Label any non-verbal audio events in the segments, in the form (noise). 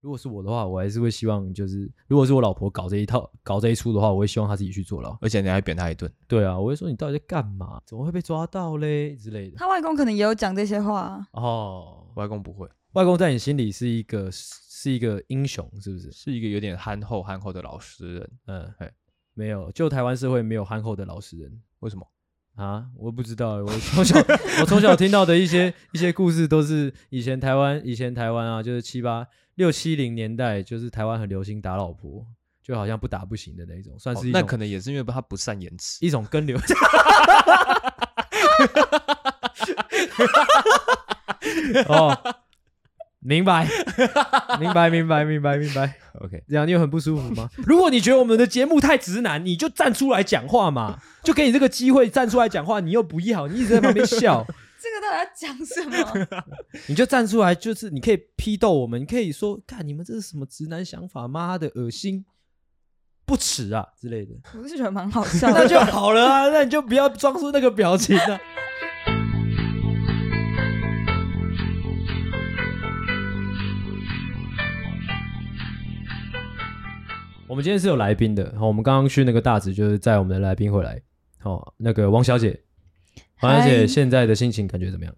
如果是我的话，我还是会希望就是，如果是我老婆搞这一套、搞这一出的话，我会希望她自己去坐牢。而且你还扁他一顿，对啊，我会说你到底在干嘛？怎么会被抓到嘞之类的。他外公可能也有讲这些话啊，哦，外公不会，外公在你心里是一个是一个英雄，是不是？是一个有点憨厚憨厚的老实人。嗯嘿，没有，就台湾社会没有憨厚的老实人为什么？啊，我不知道欸，我从小我从小听到的一些一些故事都是以前台湾以前台湾啊，就是七八六七零年代，就是台湾很流行打老婆，就好像不打不行的那种，算哦是一种、那可能也是因为他不善言辞。一种跟流。 (laughs) 哦，明白，明白，明白，明白，明白。 (laughs) OK，这样你有很不舒服吗？如果你觉得我们的节目太直男，你就站出来讲话嘛，就给你这个机会站出来讲话，你又不要，你一直在旁边 (laughs) 笑，这个到底要讲什么？你就站出来，就是你可以批斗我们，你可以说，看你们这是什么直男想法，妈的恶心，不耻啊之类的， (laughs) 我是觉得蛮好笑那的，就好了啊，那你就不要装出那个表情啊。我们今天是有来宾的，好，我们刚刚去那个大直，就是载我们的来宾回来，好，那个王小姐，王小姐嗨现在的心情感觉怎么样？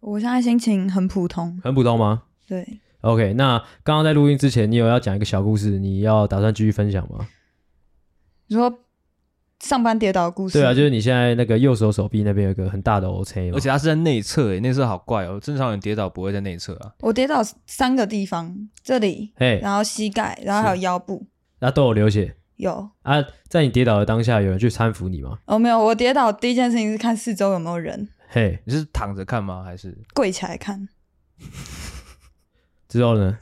我现在心情很普通，很普通吗对， ？OK，那刚刚在录音之前，你有要讲一个小故事，你要打算继续分享吗？你说上班跌倒的故事，对啊，就是你现在那个右手手臂那边有一个很大的 O C，而且他是在内侧，诶，内侧好怪哦。正常人跌倒不会在内侧啊。我跌倒三个地方，这里，嘿，然后膝盖，然后还有腰部，那都有流血有。啊！在你跌倒的当下，有人去搀扶你吗？哦，没有，我跌倒第一件事情是看四周有没有人，嘿，你是躺着看吗？还是跪起来看，之后呢？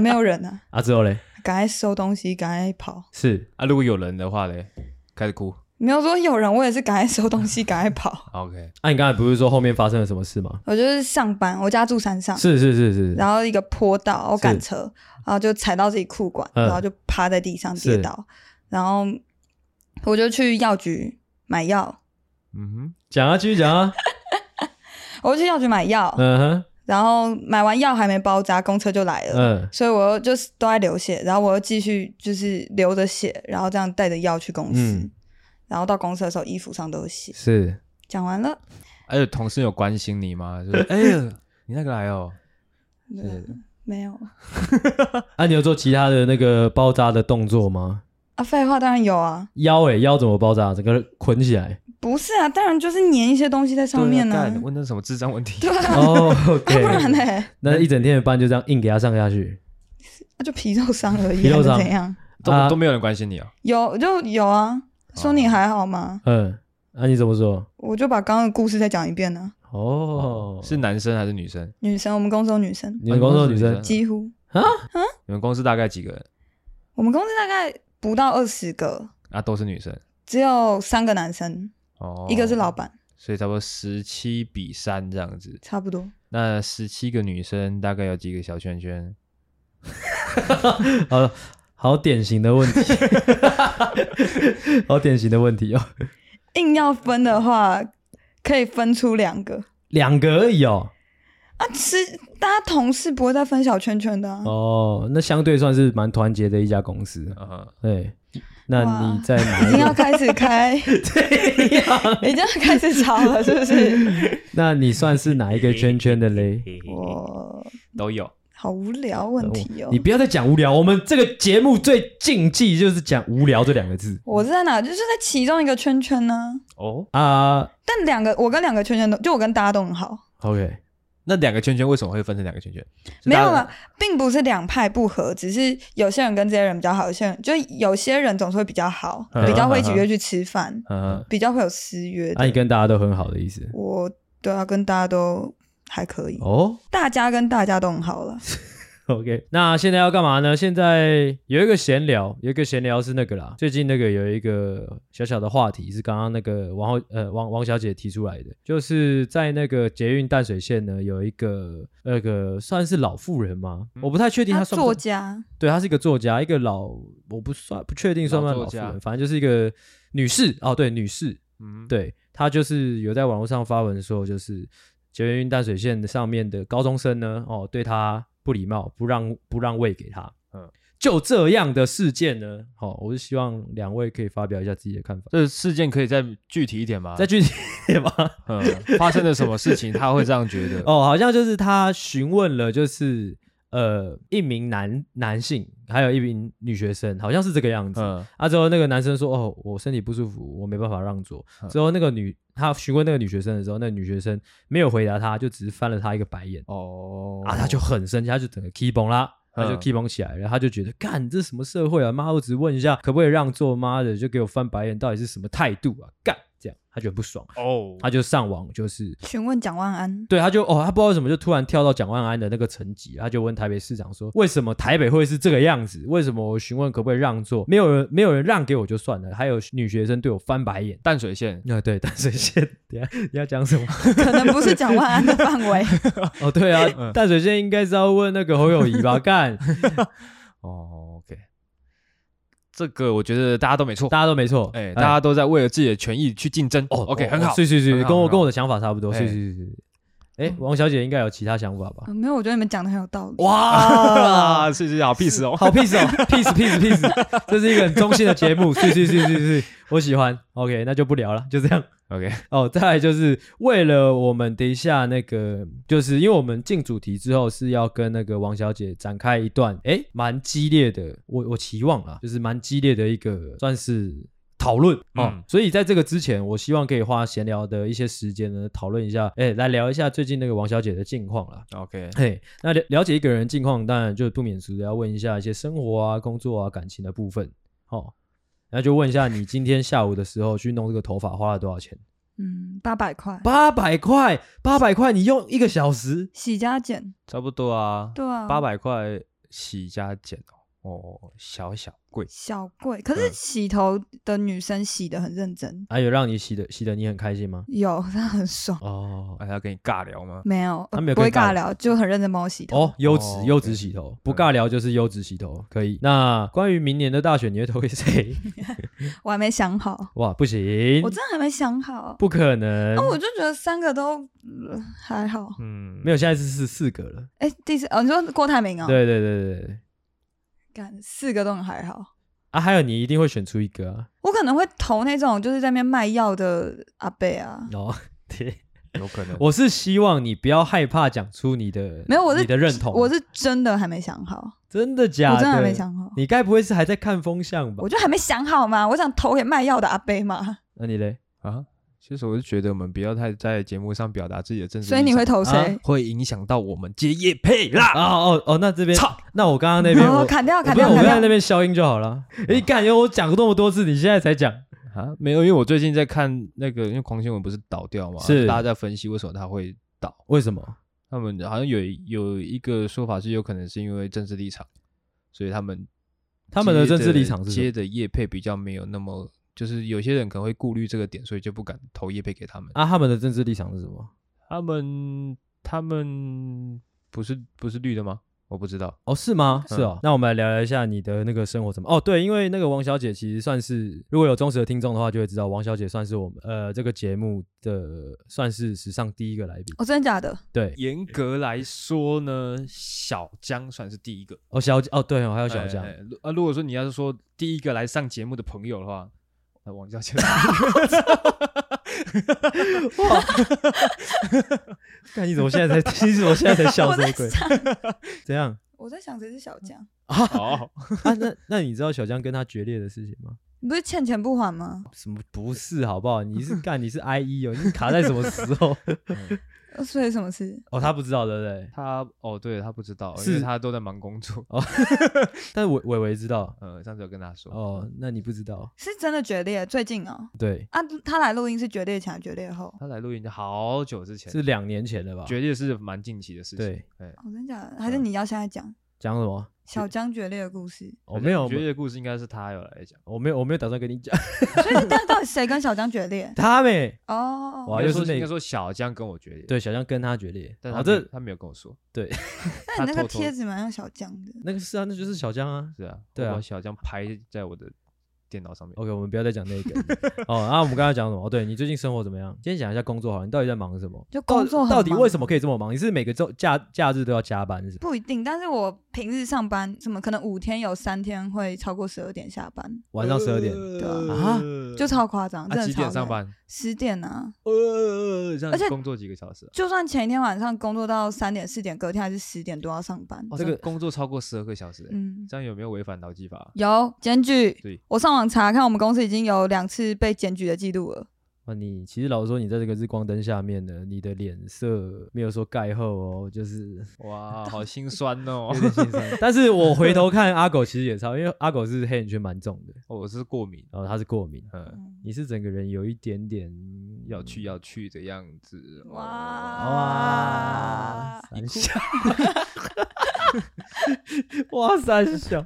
没有人啊，啊，之后嘞，赶快收东西，赶快跑。是啊？如果有人的话嘞，开始哭。没有说有人，我也是赶快收东西，赶快跑。 OK，啊，你刚才不是说后面发生了什么事吗？我就是上班，我家住山上，是是是是，啊然后一个坡道，我是赶车，然后就踩到自己裤管，嗯然后就趴在地上跌是倒，然后我就去药局买药，嗯讲啊，继续讲 (laughs) 啊，我就去药局买药，嗯哼，然后买完药还没包扎，公车就来了。嗯，所以我又就是都在流血，然后我又继续就是流着血，然后这样带着药去公司，嗯然后到公司的时候衣服上都有血。是讲完了，哼。而且同哎事有关心你 (laughs) 吗？就是哎呀，你那个来哦。对，没有啊，你有做其他的那个包扎的动作吗？啊，废话当然有啊，腰诶、腰怎么包扎？整个捆起 (laughs) 来。不是啊，当然就是粘一些东西在上面呢、对啊啊干，问那什么智障问题？对啊，哦啊 (laughs) 不然，OK，呢，那一整天的班就这样硬给他上下去。那就皮肉伤而已，啊皮肉伤还是怎样？ (laughs) 都啊都没有人关心你哦。有就有啊，说你还好吗？嗯，那、你怎么说？我就把刚刚的故事再讲一遍呢、哦，是男生还是女生？女生，我们公司有女生，你们公司有女生嗯几乎你们公司大概几个人我们公司大概不到二十个，啊？都是女生只有三个男生，哦，一个是老，板，所以差不多十七比三这样子。差不多。那十七个女生大概有几个小圈圈？好好典型的问题，好典型的问题哦，硬要分的话，可以分出两个两个而已哦。啊。吃大家同事不会再分小圈圈的、啊，哦，那相对算是蛮团结的一家公司。嗯，对，那哇你在哪已经要里？开始 (laughs) 开，(laughs) 已经要开始吵了，是不是？ (laughs) 那你算是哪一个圈圈的嘞？我都有。哦好无聊问题哦你。不要再讲无聊，我们这个节目最禁忌就是讲无聊这两个字我是在哪？就是在其中一个圈圈呢、哦，啊。但两个，我跟两个圈圈都，就我跟大家都很好， OK，那两个圈圈为什么会分成两个圈圈？是没有大家啦，并不是两派不合，只是有些人跟这些人比较好，有些人就有些人总是会比较好，嗯比较会一起嗯约去吃饭，嗯，比较会有私约的。啊，你跟大家都很好的意思我对啊，跟大家都还可以，哦。大家跟大家都很好了。 (laughs) OK，那现在要干嘛呢？现在有一个闲聊，有一个闲聊是那个啦，最近那个有一个小小的话题是刚刚那个王后呃王王小姐提出来的，就是在那个捷运淡水线呢有一个那个算是老妇人吗？嗯我不太确定她他算不啊作算，家，对，她是一个作家，一个老我不算不确定算不算老老作妇家人，反正就是一个女士哦，对，女士，嗯，对他就是有在网络上发文说，就是捷运淡水线上面的高中生呢，哦，对他不礼貌，不让不让位给他。嗯嗯，就这样的事件呢，好、我是希望两位可以发表一下自己的看法。这事件可以再具体一点吗？再具体一点吧。嗯，发生了什么事情，他会这样觉得？哦，好像就是他询问了，就是呃一名男男性，还有一名女学生，好像是这个样子。嗯，啊，之后那个男生说：“哦，我身体不舒服，我没办法让座。”嗯之后那个女他询问那个女学生的时候，那个女学生没有回答他，就只是翻了他一个白眼。哦，啊，他就很生气，他就整个 keep on 啦，他就嗯 keep on 起来了，他就觉得干这什么社会啊，妈，我只问一下可不可以让座，妈的就给我翻白眼，到底是什么态度啊？干这样，他就很不爽，哦，他就上网就是询问蒋万安，对，他就哦，他不知道为什么就突然跳到蒋万安的那个层级，他就问台北市长说，为什么台北会是这个样子？为什么我询问可不可以让座，没有人没有人让给我就算了，还有女学生对我翻白眼。淡水线，啊，对，淡水线， (laughs) 等一下你要讲 (laughs) 什么？可能不是蒋万安的范围。哦，对啊，嗯淡水线应该是要问那个侯友谊 (laughs) 吧？干，哦，OK，这个我觉得大家都没错，大家都没错，哎，大家都在为了自己的权益去竞争。哦，OK，哦很好，是是是，很好跟我很好跟我的想法差不多，是哎嗯是是是。哎，王小姐应该有其他想法吧？嗯没有，我觉得你们讲的很有道 (laughs) 理。哇，是是好 peace 哦，好 peace 哦，peace peace peace，这是一个很中性的节目，是是是是是，我喜欢。OK，那就不聊了，就这样。 ，OK，哦，再来就是为了我们等一下那个，就是因为我们进主题之后是要跟那个王小姐展开一段，哎，蛮激烈的，我我期望啊，就是蛮激烈的一个算是讨论哦。嗯所以在这个之前，我希望可以花闲聊的一些时间呢，讨论一下，哎，来聊一下最近那个王小姐的近况啦。 OK，嘿，那了了解一个人的近况，当然就不免俗的要问一下一些生活啊、工作啊、感情的部分。哦，那就问一下你今天下午的时候去弄这个头发花了多少钱？嗯，八百块，八百块，八百块，你用一个小时，洗加减，差不多啊，对啊，八百块洗加减哦，哦，小小贵，小贵，可是嗯洗头的女生洗的很认真，还、啊有让你洗的洗的你很开心吗？有 (laughs) 她很爽。哦哎，他跟你尬聊吗？没有，她呃没有不会跟你尬尬聊，就很认真帮我洗头。哦，优质哦优对质洗嗯头，不尬聊就是优质洗头，可以。那关于明年的大选，你会投给 (laughs) 谁？我还没想好，哇，不行我，真的还没想好。啊不可能那、，我就觉得三个都、呃还好。嗯，没有，现在是四四个了。哎、第四哦，你说郭台铭哦，对对对对对，干四个都很还好。啊，还有你一定会选出一个啊。我可能会投那种就是在那边卖药的阿伯啊，哦， (laughs) 对。有可能，我是希望你不要害怕讲出你的没有我是你的认同，我是真的还没想好，真的假我的？真的还没想好，你该不会是还在看风向吧我？就还没想好嘛，我想投给卖药的阿伯嘛，那你嘞？啊，其实我是觉得我们不要太在节目上表达自己的政治立所场，以你会投谁？啊会影响到我们接业配啦。啊哦哦，那这边操，那我刚刚那边然后我哦砍掉，我砍不要掉，我砍刚刚那掉。边消音就好了。哎，感觉我讲过那么多次，你现在才讲，啊，没有，因为我最近在看那个，因为狂新闻不是倒掉嘛，是大家在分析为什么它会倒。为什么？他们好像有一有一个说法是，有可能是因为政治立场，所以他们他们的接政治立场是什接么的业配比较没有那么，就是有些人可能会顾虑这个点，所以就不敢投业配给他们。啊？他们的政治立场是什么？他们他们不是不是绿的吗？我不知道。哦，是吗？嗯是哦。那我们来聊一下你的那个生活怎么？哦，对，因为那个王小姐其实算是，如果有忠实的听众的话，就会知道王小姐算是我们呃这个节目的算是史上第一个来宾。哦，真的假的？对，严格来说呢，小江算是第一个。哦小姐，哦对哦，还有小哎江， (laughs) 哎如啊，如果说你要是说第一个来上节目的朋友的话， (laughs) 那王小姐哦看你怎么现在才， (laughs) 你怎么现在才笑我什么在鬼？ (laughs) 想，怎样我在想谁是小江？哦，啊？那那你知道小江跟他决裂的事情吗？你不是欠钱不还吗？什么不是好不好？你 (laughs) 是干你是 I E 哦，你卡在什么时候？呃所以什么事？ (laughs) 哦，他不知道对不对？ (laughs) 他哦，对他不知道，是因为他都在忙工作。但是伟伟伟知道呃，上次有跟他说，哦，那你不知道是真的决裂？最近哦，对，啊，他来录音是决裂前还是决裂后？他来录音就好久之前，是两年前的吧？绝对是蛮近期的事情。对，哎，哦，真假的？还是嗯你要现在讲讲什么？小江决裂的故事？ (laughs) 我没有，绝对的故事应该是他有来讲。我没有，我没有打算跟你讲。？所以是到到底谁跟小江决 (laughs) 裂他没哦，哇应该又是说那个应该说小江跟我决裂，，对小江跟他决裂，但哦他这这他没有跟我说， (laughs) 那你那他个偷偷贴纸蛮像小江的。那个是啊，那就是小江啊。哦是啊，对啊我把小江拍在我的电脑上面。 OK，我们不要再讲那个。 (laughs) 哦，然后我们刚才讲什么？哦，对你最近生活怎么样？今天讲一下工作好了，你到底在忙什么？就工作很到底忙为什么可以这么忙？你是每个周假假日都要加班是不是？不一定，但是我平日上班，什么可能五天有三天会超过十二点下班，晚上十二点，对啊，就超夸张，真啊的几超点上累？班？十点啊，呃，这样而且工作几个小时啊？就算前一天晚上工作到三点四点，隔天还是十点多要上班。哦这样个工作超过十二个小时欸，嗯，这样有没有违反劳基法？啊有检举对，我上网查看，我们公司已经有两次被检举的记录了。哇，你其实老实说，你在这个日光灯下面呢，你的脸色没有说盖厚哦，就是 (laughs) 嗯 (laughs) 哇，好心酸哦！有点心酸。但是我回头看阿狗，其实也超，因为阿狗是黑眼圈蛮重的， (laughs) 哦我是过敏，然后他是过敏，嗯，你是整个人有一点点要去要去的样子。哦哇哇，三小， (laughs) 哇三小，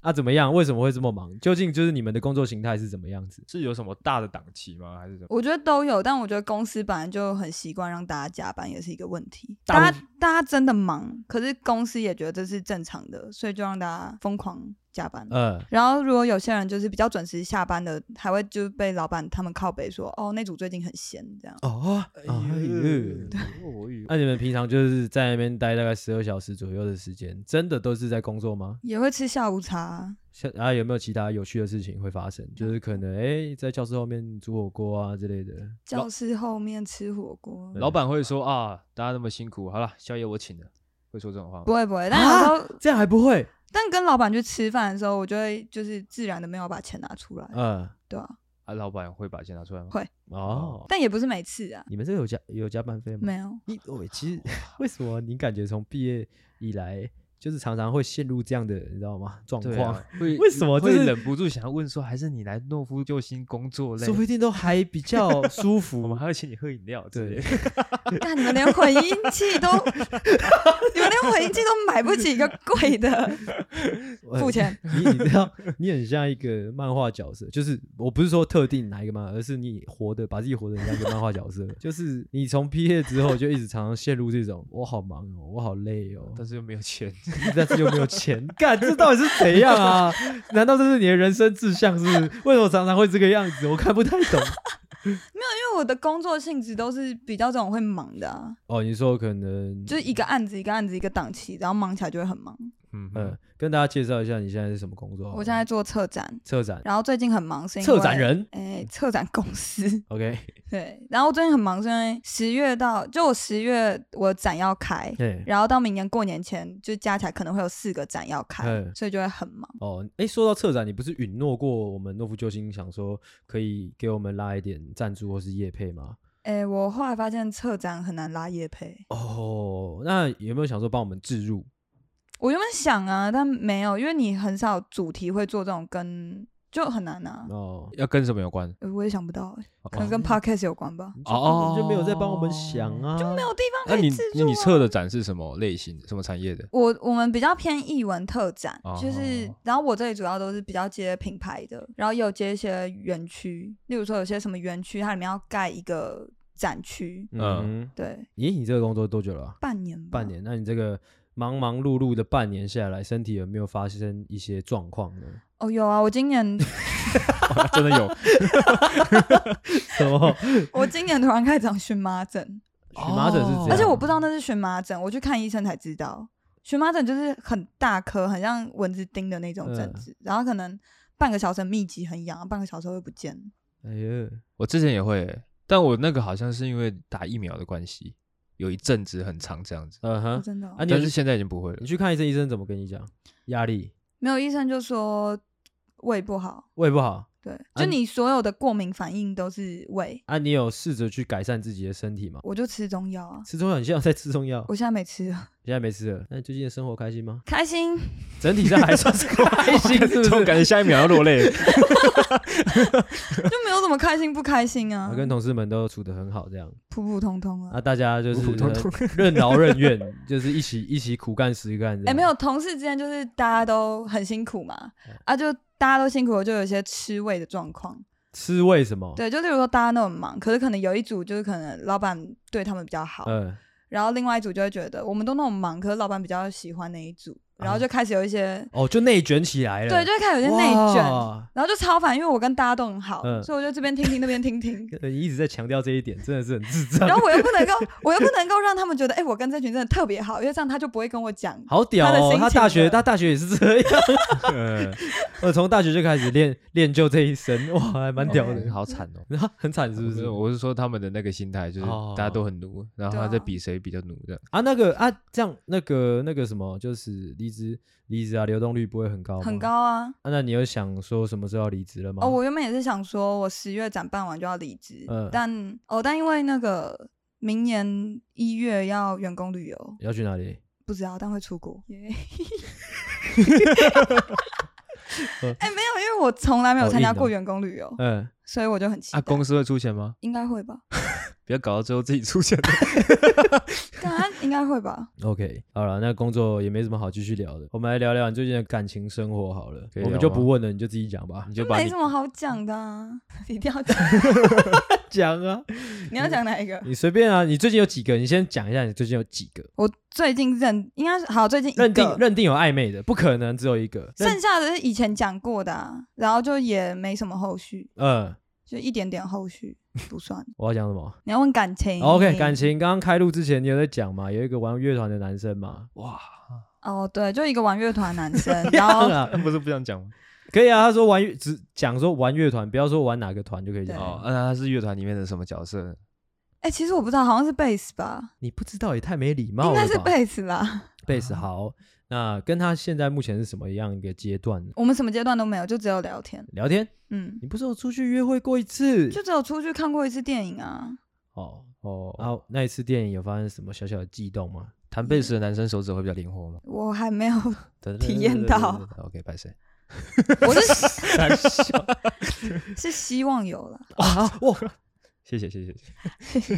啊怎么样？为什么会这么忙？究竟就是你们的工作形态是怎么样子？是有什么大的档期吗？还是什么？我觉得都有，但我觉得公司本来就很习惯让大家加班，也是一个问题。大部大家大家真的忙，可是公司也觉得这是正常的，所以就让大家疯狂加班。呃，然后如果有些人就是比较准时下班的，还会就被老板他们靠北说，哦，那组最近很闲这样。哦，哎哎呦呦，哦呦那、你们平常就是在那边待大概十二小时左右的时间，真的都是在工作吗？也会吃下午茶，像啊，有没有其他有趣的事情会发生？就是可能哎、在教室后面煮火锅啊之类的。教室后面吃火锅。 (laughs) 老板会说啊，大家那么辛苦，好了，宵夜我请了，会说这种话吗不？会不会，但有时候，这样还不会？但跟老板去吃饭的时候，我就会就是自然的没有把钱拿出来，呃，对啊，啊，老板会把钱拿出来吗？会哦，但也不是每次啊，你们这个有加有加班费吗？没有。你我其实 (laughs) 为什么你感觉从毕业以来，就是常常会陷入这样的，你知道吗？状对况，啊，会为什么就会是忍不住想要问说，还是你来诺夫救星工作嘞说？不定都还比较 (laughs) 舒服。我们还要请你喝饮料之类对的，，干，你们连混音器 (laughs) 都，你们连混音器都买不起一个贵 (laughs) 的，呃付钱。你 (laughs) 你知道，你很像一个漫画角色，就是我不是说特定哪一个漫画，而是你活的，把自己活的像一个漫画角色。就是你从毕业之后就一直常常陷入这种，我好忙哦，我好累哦， (laughs) 但是又没有钱。但是又没有钱，干这到底是怎样啊？难道这是你的人生志向？是不是为什么常常会这个样子？我看不太懂。因为我的工作性质都是比较这种会忙的啊，哦，你说可能 (laughs) 就是一个案子一个案子一个档期，然后忙起来就会很忙。嗯 (laughs) 嗯嗯，，跟大家介绍一下你现在是什么工作好了？我现在做策展，策展，然后最近很忙是因为哦策展，人。哎，策展公司 OK， (laughs) 对，然后最近很忙是因为十月到，就我十月我展要开。对，然后到明年过年前，就加起来可能会有四个展要开嗯，所以就会很忙。哦，哎，说到策展，你不是允诺过我们诺夫救星，想说可以给我们拉一点赞助或是业配吗？哎，我后来发现策展很难拉业配，哦，那有没有想说帮我们置入？我原本想啊，但没有，因为你很少主题会做这种跟，就很难啊。哦，要跟什么有关？呃我也想不到、欸，嗯哦可能跟 podcast 有关吧。你就根本就没有在帮我们想啊，哦就没有有地那方可你以自你助、你啊。测的展是什么类型的？什么产业的？ (laughs) 我我们比较偏艺文特展，就是哦，然后我这里主要都是比较接品牌的，然后也有接一些园区，例如说有些什么园区，它里面要盖一个展区，嗯，对，咦，你这个工作多久了啊、半年吧，半，年，那你这个忙忙碌碌的半年下来，身体有没有发生一些状况呢？ (laughs) 哦，有啊，我今年真的有什么？我今年突然开始长荨麻疹，荨麻 (laughs) 疹是啊这样，而且我不知道那是荨麻疹，我去看医生才知道，荨麻疹就是很大颗，很像蚊子叮的那种疹嗯子，然后可能半个小时很密集很痒，半个小时会不见。哎呀，我之前也会欸，但我那个好像是因为打疫苗的关系，有一阵子很长这样子，嗯哦哼，真的哦、啊，你有但是去现在已经不会了你。去看医生，医生怎么跟你讲？压力、没有医生就说胃不好，胃不好对，啊就你你所有的过敏反应都是胃，啊，你有试着去改善自己的身体吗？我就吃中药啊，吃中药，你现在在吃中药，我现在没吃了，现在没吃了。那你最近的生活开心 (laughs) 吗？开心。整体上还算是开心，是不我是？感觉下一秒要落泪了。就没有怎么开心不开心啊我，跟同事们都处得很好，这样普普通通啊。啊，大家就是普普通通任劳任怨，就是一起一起苦干实干这样。哎、没有，同事之间就是大家都很辛苦嘛，嗯啊，就大家都辛苦了，就有一些吃胃的状况。吃为什么？对，就例如说大家都很忙，可是可能有一组就是可能老板对他们比较好，嗯，然后另外一组就会觉得我们都那么忙，可是老板比较喜欢那一组，然啊后就开始有一些，哦，就内卷起来了。对，就会开始有些内卷，哎哇然后就超烦，因为我跟大家都很好，嗯，所以我就这边听听那边听听 (laughs) 呃你一直在强调这一点，真的是很智障然，后我又不能够，我又不能够让他们觉得，哎、我跟这群真的特别好，因为这样他就不会跟我讲。好屌他的心哦！情他大学的他大学也是这 (laughs) 样，嗯，我从大学就开始练练就这一身，哇，还蛮屌的，好惨哦。然后很惨是是不不是是？？我是说他们的那个心态，就是哦大家都很奴，然后对他啊在比谁比较奴这样。啊，那个啊，这样那个那个什么，就是离职离职啊，流动率不会很高吗很高啊！啊，那你有想说什么时候要离职了吗？哦，我原本也是想说，我十月展办完就要离职，嗯但哦，但因为那个明年一月要员工旅游，要去哪里？不知道，但会出国。耶 (laughs) 哎、没有，因为我从来没有好参加嗯硬哦过员工旅游，嗯，所以我就很期待。啊，公司会出钱吗？应该会 (laughs) 吧？不要搞到最后自己出钱。当然啊应该会吧。 OK，好了，那工作也没什么好继续聊的，我们来聊聊你最近的感情生活好了可以。我们聊就吗不问了， (laughs) 你就自己讲吧你。就把没你什么好讲的、啊，一定要讲。讲啊，你要讲哪一 (laughs) 个？你随便啊，你最近有几个？你先讲一下，你最近有几个我最近认应该是好，最近一个认定认定有暧昧的？不可能只有一个。认剩下的是以前讲过的、啊，然后就也没什么后续，嗯，就一点点后续不算。我要讲什么你要问感情哦？OK，感情刚刚开录之前你有在讲嘛？有一个玩乐团的男生嘛？哇，哦，对，就一个玩乐团男 (laughs) 生，然后啊，不是不想讲吗？可以啊，他说玩乐只讲说玩乐团，不要说玩哪个团就可以讲。对哦，啊那他是乐团里面的什么角色？哎、其实我不知道，好像是贝斯吧，你不知道也太没礼貌应了吧？该是嗯贝斯吧。贝斯好，那跟他现在目前是什么样一个阶段呢？我们什么阶段都没有，就只有聊天，聊天？嗯，你不是有出去约会过一次？就只有出去看过一次电影啊。哦哦，然后那一次电影有发生什么小小的悸动吗？弹贝斯的男生手指会比较灵活吗？我还 (laughs) 没有，体 (laughs) 体验 (laughs) 到。 OK，拜谁？我是是希望有了，啊哇，谢谢谢谢谢谢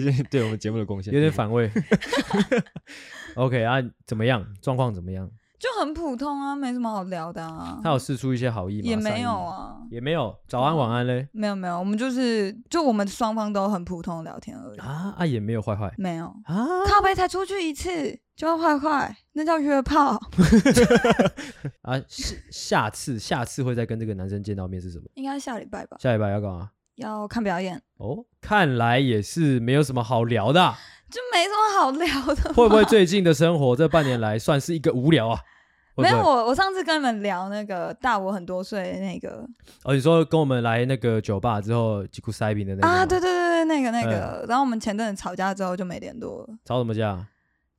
谢谢对我们节目的贡献，有点反 (laughs) 胃。OK 啊，怎么样？状况怎么样？就很普通啊，没什么好聊的啊。他有试出一些好意吗？也善没意有吗，啊，也没有。早安晚安嘞没有没有，我们就是就我们双方都很普通的聊 (laughs) 天而已，啊啊，也没有坏坏没有。啊。靠背才出去一次就要坏坏，那叫约炮， (laughs) 啊，下下次下次会再跟这个男生见到面是什么？应该下礼拜吧，下礼拜要干嘛？要看表演，哦，看来也是没有什么好聊 (laughs) 的啊、就没什么好 (laughs) 聊的。会不会最近的生活这半年来算是一个无聊啊？会不没会有，我我上次跟你们聊那个大我很多岁的那个哦，你说跟我们来那个酒吧之后，吉库塞宾的那个啊，吗嗯对，对对对，那个那个，然后我们前阵子吵架之后就没联络了，吵什么架？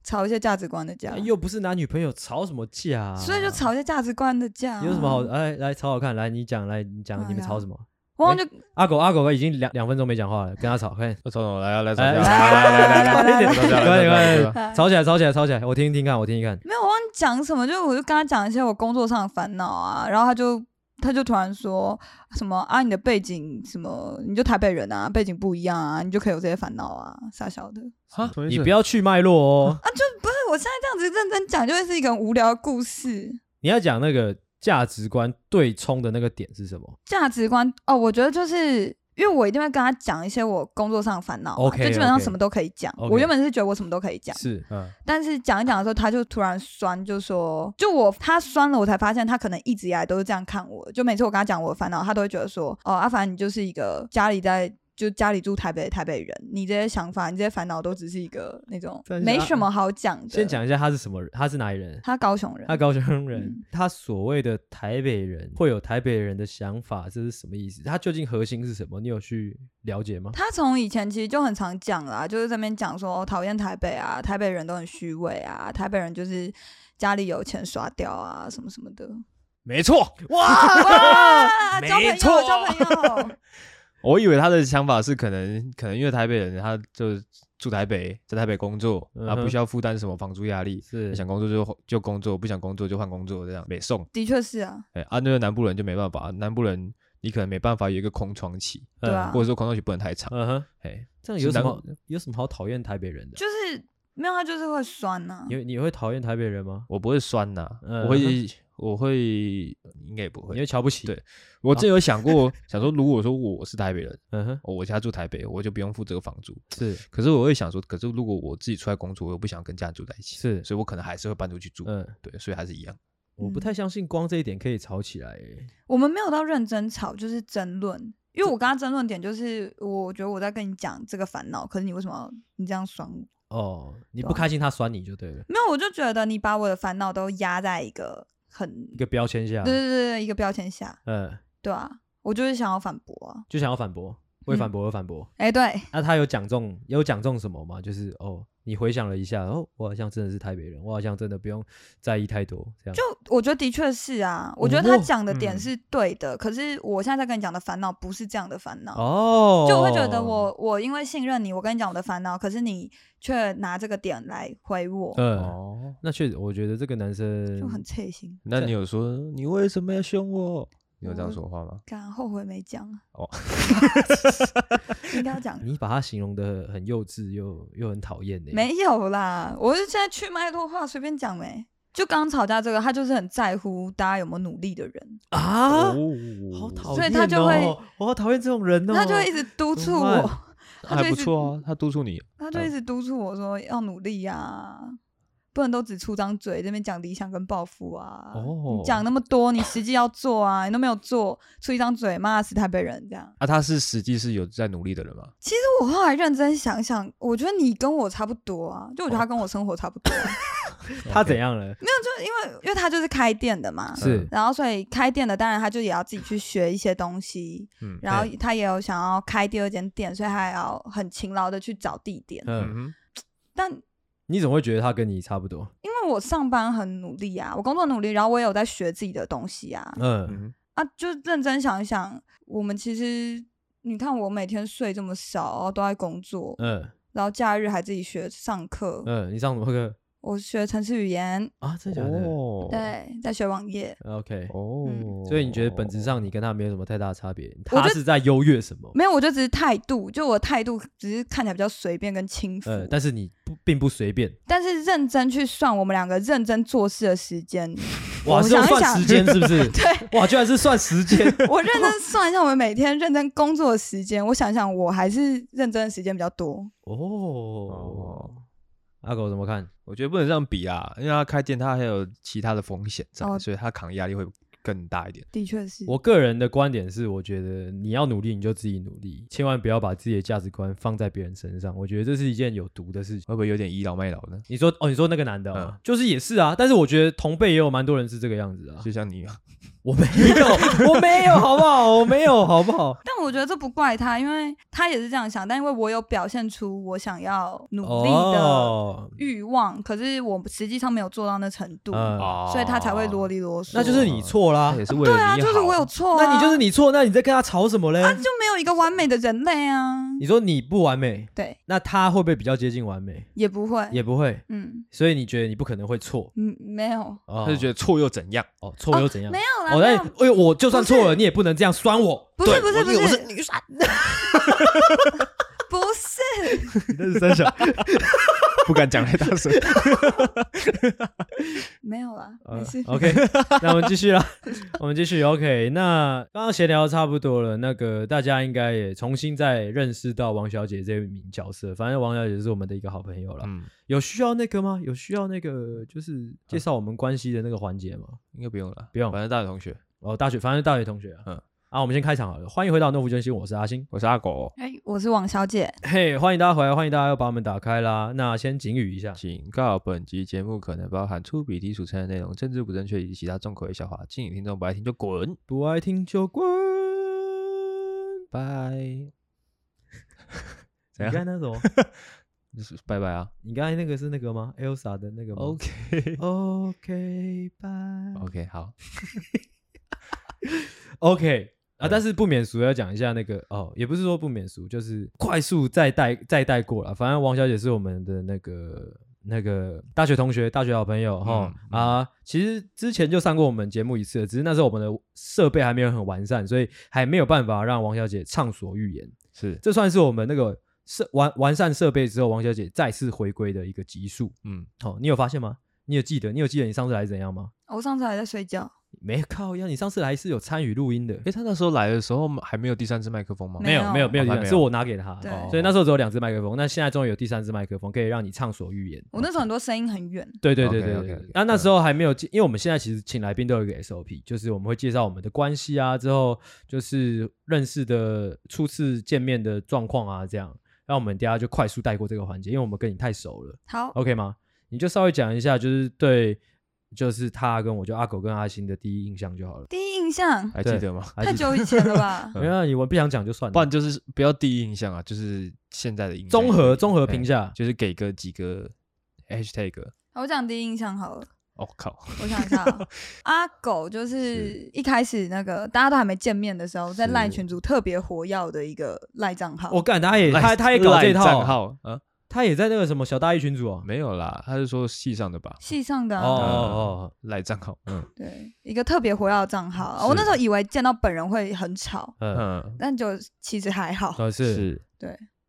吵一些价值观的架，又不是男女朋友，吵什么架、哎啊？啊所以就。吵一些价值观的架。有什么好？？来来，吵好看，来你讲，来你讲，哎你们呀吵什么？我忘记阿狗阿狗已经两两分钟没讲话了，跟他吵，快我总来啊来来来来来来吵架快点快来吵架点，啊吵起来来吵架来吵架吵起来吵起来，我听一听看，我听一看。哎没有，我忘记讲什么，就我就跟他讲一些我工作上的烦恼啊，然后他就他就突然说什么啊，你的背景什么，你就台北人啊，背景不一样啊，你就可以有这些烦恼啊，傻小的。 (laughs) 对，啊什么意思你不要去脉络哦，我现在这样子认真讲，就会是一个很无聊的故事。你要讲那个价值观对冲的那个点是什么？价值观哦，我觉得就是因为我一定会跟他讲一些我工作上的烦恼嘛 OK，就基本上 OK 什么都可以讲。 OK 我原本是觉得我什么都可以讲，是嗯，但是讲一讲的时候，他就突然酸，就说，就我他酸了，我才发现他可能一直以来都是这样看我，就每次我跟他讲我的烦恼，他都会觉得说，哦，阿凡你就是一个家里在。就家里住台北的台北人，你这些想法，你这些烦恼都只是一个那种真是没啊什么好讲的。先，讲一下他是什么人，他是哪里人？他高雄人，他高雄人，嗯他所谓的台北人会有台北人的想法，这是什么意思？他究竟核心是什么？你有去了解吗？他从以前其实就很常讲啦，就是这边讲说哦讨厌台北啊，台北人都很虚伪啊，台北人就是家里有钱耍屌啊，什么什么 (laughs) 的。没错，哇，交朋没友，错交朋友。 (laughs) 我以为他的想法是可能可能因为台北人，他就住台北，在台北工作，嗯哼他不需要负担什么房租压力，是嗯想工作就就工作，不想工作就换工作这样，北送。的确是啊，哎，啊，那个南部人就没办法，南部人你可能没办法有一个空窗期，嗯对啊或者说空窗期不能太长，嗯哼，哎，这样有是什难么有什么好讨厌台北人的？就是没有他就是会酸呐、你你会讨厌台北人吗？我不会酸呐、嗯我会我会应该也不你会会。瞧啊不起，对我真有想过，想说如果说我是台北人，嗯哼，哦我家住台北，我就不用付这个房租。是可是我会想说，可是如果我自己出来工作，我又不想跟家人住在一起，是，所以我可能还是会搬出去住。嗯，对，所以还是一样。我不嗯太相信光这一点可以吵起来耶，欸我们没有到认真吵，就是争论。因为我跟他争论点就是，我觉得我在跟你讲这个烦恼，可是你为什么要你这样酸我？哦，你对不啊开心他酸你就对了，没有，我就觉得你把我的烦恼都压在一个很一个标签下对，对对对一个标签下，嗯，对啊，我就是想要反驳啊。就想要反驳，为反驳而反驳。哎，对，那他有讲中有讲中什么吗？就是哦，你回想了一下，哦，我好像真的是台北人，我好像真的不用在意太多，这样就我觉得的确是啊，我觉得他哦讲的点嗯是对的，可是我现在在跟你讲的烦恼不是这样的烦恼，哦，就我会觉得我我因为信任你，我跟你讲我的烦恼，可是你却拿这个点来回我，嗯，哦，那确实，我觉得这个男生就很刺心。那你有说你为什么要凶我？你有这样嗯我说话吗？感后悔没讲啊哦，(laughs) 应该要讲，你把他形容的很幼稚又又很讨厌呢。没有啦，我是现在去麦多话随便讲没、就刚吵架这个，他就是很在乎大家有没有努力的人，啊，哦好讨厌、哦，所以他就会我好讨厌这种人哦，他就会一直督怎促么办我，他还就一不直错啊，他督促你，他就一直督促我说要努力啊，不能都只出张嘴，这边讲理想跟抱负啊。哦你讲那么多，你实际要做啊，你都没有做，出一张嘴骂死台北人这样。啊，他是实际是有在努力的人吗？但我后来认真想想，我觉得你跟我差不多啊，就我觉得他跟我生活差不多，啊 (laughs) 他怎样了？就因为因为他就是开店的嘛。是然后，所以开店的当然他就也要自己去学一些东西，嗯然后对他也有想要开第二间店，所以他也要很勤劳的去找地点。嗯，嗯但你怎么会觉得他跟你差不多？因为我上班很努力啊，我工作努力，然后我也有在学自己的东西啊，哼嗯，嗯啊，就认真想一想，我们其实你看我每天睡这么少，然后都在工作，嗯然后假日还自己学上课，嗯，你上什么课我学城市语言，啊？真的假哼，的、哦，对，在学网页， o k 哦，嗯所以你觉得本质上你跟他没有什么太大的差别，觉他得是在优越什么？没有，我就只是态度，就我态度只是看起来比较随便跟轻浮，呃，但是你不并不随 (laughs) 便，但是认真去算我们两个认真做事的时间，哇，我是用想一算想时间是不是？ (laughs) 对哇，居然是算时间， (laughs) (laughs) 我认真算一下我们每天认真工作的时间，我想一想，我还是认真的时间比较多。哦哦，阿狗怎么看？我觉得不能这样比啊，因为他开店，他还有其他的风险在，哦所以他扛压力会更大一点。的确是，我个人的观点是，我觉得你要努力，你就自己努力，千万不要把自己的价值观放在别人身上。我觉得这是一件有毒的事情。会不会有点倚老卖老呢？你说哦，你说那个男的、嗯啊，就是也是啊，但是我觉得同辈也有蛮多人是这个样子 (laughs) 啊。 (laughs) 就像你一样，我没有，我没有，好不好？我没有，好不好？但我觉得这不怪他，因为他也是这样想，但因为我有表现出我想要努力的哦，欲望，可是我实际上没有做到那程度，嗯哦所以他才会啰里啰嗦。那就是你错啦他哦也。是为了对你啊，好。就是我有错、啊，那你就是你错，那你在跟他吵什么嘞？就没有一个完美的人类啊。你说你不完美，对，那他会不会比较接近完美？也不会，也不会，嗯所以你觉得你不可能会错嗯，没有，哦他就觉得错又 (laughs) 怎样？哦，错又怎样没？有啦，哦，没那有，哎呦，我就算错了，你也不能这样酸我。不是不是不我是是女生， (laughs) 不是，那是 (laughs) 三小不敢讲太大声。没有啦，没事。呃 OK，那我们继续啦，我们继续。OK，那刚刚闲聊差不多了，那个大家应该也重新再认识到王小姐这名角色。反正王小姐是我们的一个好朋友啦。嗯，有需要那个吗？有需要那个就是介绍我们关系的那个环节吗？应该不用了，不用反正大学同学，哦，大学，反正大学同学啊。嗯嗯。啊，我们先开场好了。欢迎回到诺夫真心，我是阿星。我是阿狗， (laughs) 哎、我是王小姐，嘿欢迎大家回来，欢迎大家又把我们打开啦。那先警语一下，警告：本集节目可能包含粗鄙、低俗、成人内容、政治不正确以及其他重口味笑话，敬请听众不爱听就滚，不爱听就滚。拜。怎你刚才样？那 (laughs) 种，就是拜拜啊。你刚才那个是那个吗？Elsa 的那个吗 OK OK 拜 OK，好， OK 啊，但是不免俗要讲一下那个哦，也不是说不免俗，就是快速再带再带过了。反正王小姐是我们的那个。那个大学同学、大学好朋友哈、嗯啊，其实之前就上过我们节目一次了，只是那时候我们的设备还没有很完善，所以还没有办法让王小姐畅所欲言。是，这算是我们那个设完完善设备之后，王小姐再次回归的一个集数。嗯，哦，你有发现吗？你有记得？你有记得你上次来怎样吗？我上次还在睡觉，没靠呀，你上次来是有参与录音的。诶，他那时候来的时候还没有第三支麦克风吗？没有没有没有哦第还三没支，有哦是我拿给他，对所以那时候只有两支麦克风。那现在终于有第三支麦克风，可以让你畅所欲言。我那时候很多声音很远，对对对对 OK，OK，OK，对。对那那时候还没有进，因为我们现在其实请来宾都有一个 SOP，就是我们会介绍我们的关系啊，之后就是认识的初次见面的状况啊，这样。那我们等一下就快速带过这个环节，因为我们跟你太熟了好， ，OK 吗？你就稍微讲一下，就是对，就是他跟我就阿狗跟阿星的第一印象就好了。第一印象还记得吗？？还太是久以前了吧 (laughs) 没有你我不想讲就算不了然，就是不要第一印象啊，就是现在的印象综合也可以综合评价哎就是给个几个 hashtag。我讲第一印象好了，哦靠，我想一下 (laughs) 哦，阿狗就是是一开始那个大家都还没见面的时候，在是赖群组特别活跃的一个赖账号。我干，他也他赖他也搞这赖套账啊，号啊？他也在那个什么小大一群组哦。没有啦，他是说系上的吧？系上的哦啊、哦赖账号，嗯对一个特别活跃的账号，啊是我那时候以为见到本人会很吵，哦，嗯，嗯，但就其实还好。哦是是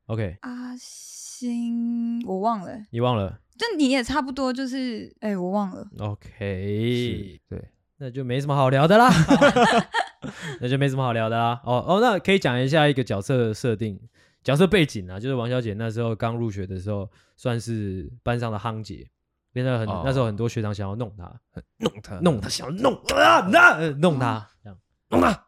OK，阿星，我忘了欸、你忘了就你也差不多，就是哎、我忘了。 OK， (laughs) 是，对，那就没什么好聊 (laughs) 的啦，那就没什么好聊的啦。哦哦，那可以讲一下一个角色的设定。角色背景啊，就是王小姐那时候刚入学的时候，算是班上的夯姐，变得很、哦那时候很多学长想要弄她，弄他，弄她，想要弄啊，那呃弄她，这样弄他，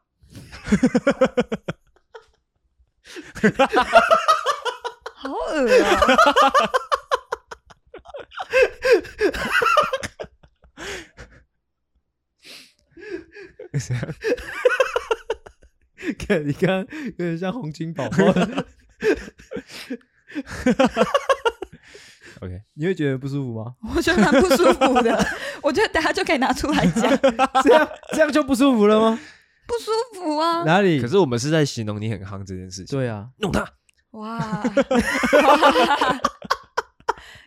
好恶啊！ (laughs) 看你刚刚有点像洪金 (laughs) 宝宝， OK，你会觉得不舒服吗？ (laughs) 我觉得蛮不舒服的， (laughs) 我觉得大家就可以拿出来 (laughs) 讲， (laughs) 这样这样就不舒服了吗？不舒服啊！哪里？可是我们是在形容你很夯这件事情，对啊，弄他，哇， (laughs) 哇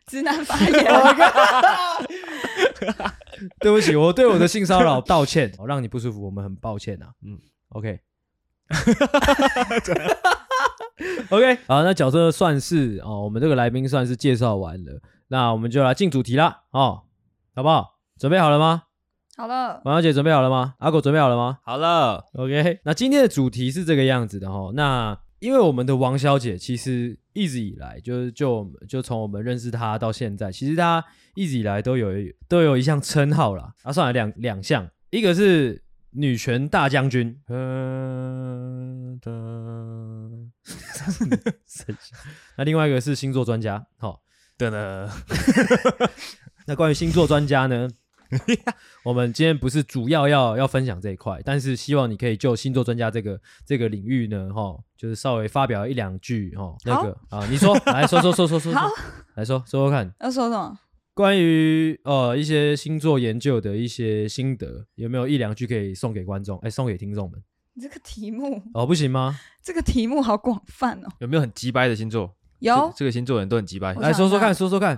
直男发 (laughs) 言，啊对不起，我对我的性骚扰道歉，哦让你不舒服，我们很抱歉啊。嗯嗯，OK。OK，好，那角色算是哦，我们这个来宾算是介绍完了，那我们就来进主题啦，哦，好不好？准备好了吗？好了，王小姐准备好了吗？阿狗准备好了吗？好了， OK，那 (laughs) 今天的主题是这个样子的哈。那因为我们的王小姐其实一直以来就是就就从我们认识她到现在，其实她一直以来都有一都有一项称号啦。啊，算了，两两项，一个是女权大将军，嗯的，那另外一个是星座专家。好、噔噔，那关于星座专家 (laughs) 呢？我们今天不是主要要要分享这一块，但是希望你可以就星座专家这个这个领域呢，哈，就是稍微发表一两句哈。那个啊，你说，来说说说说说，好说来说说说看，要说什么？关于呃一些星座研究的一些心得，有没有一两句可以送给观众，哎、送给听众们？你这个题目，哦，不行吗？这个题目好广泛哦。有没有很鸡掰的星座？有这，这个星座人都很鸡掰我。来说说想一看，下说说看。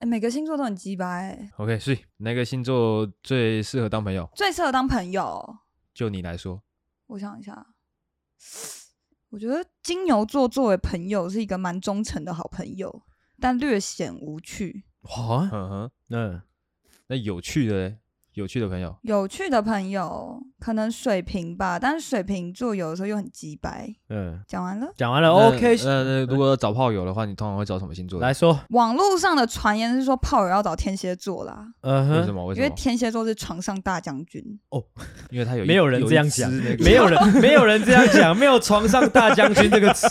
哎每个星座都很鸡巴哎， OK，所以哪个星座最适合当朋友？最适合当朋友。就你来说，我想一下，我觉得金牛座作为朋友是一个蛮忠诚的好朋友，但略显无趣。哇，嗯哼，嗯，那有趣的嘞，有趣的朋友，有趣的朋友可能水瓶吧，但是水瓶座有的时候又很鸡掰。嗯，讲完了。讲完了那，OK，那那如果找炮友的话，你通常会找什么星座的？来说，网络上的传言是说炮友要找天蝎座啦，嗯为什哼，么？为因什为么？天蝎座是床上大将军。因为他有一没有人这样一只讲那个没 (laughs) 有人，没有人这样讲，没有“床上大将军”这个 (laughs) 词，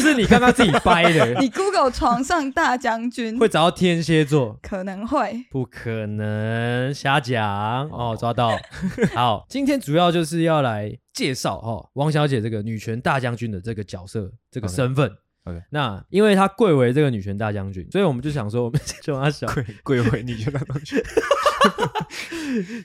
是你刚刚自己掰的。你 Google 床上大将军会找到天蝎座？可能会不可能，瞎讲哦，抓到。好，今天主要就是要来介绍哦，王小姐这个女权大将军的这个角色，这个 OK 身份。 OK 那因为她贵为这个女权大将军，所以我们就想说，我们就阿小贵贵为你觉得 (laughs)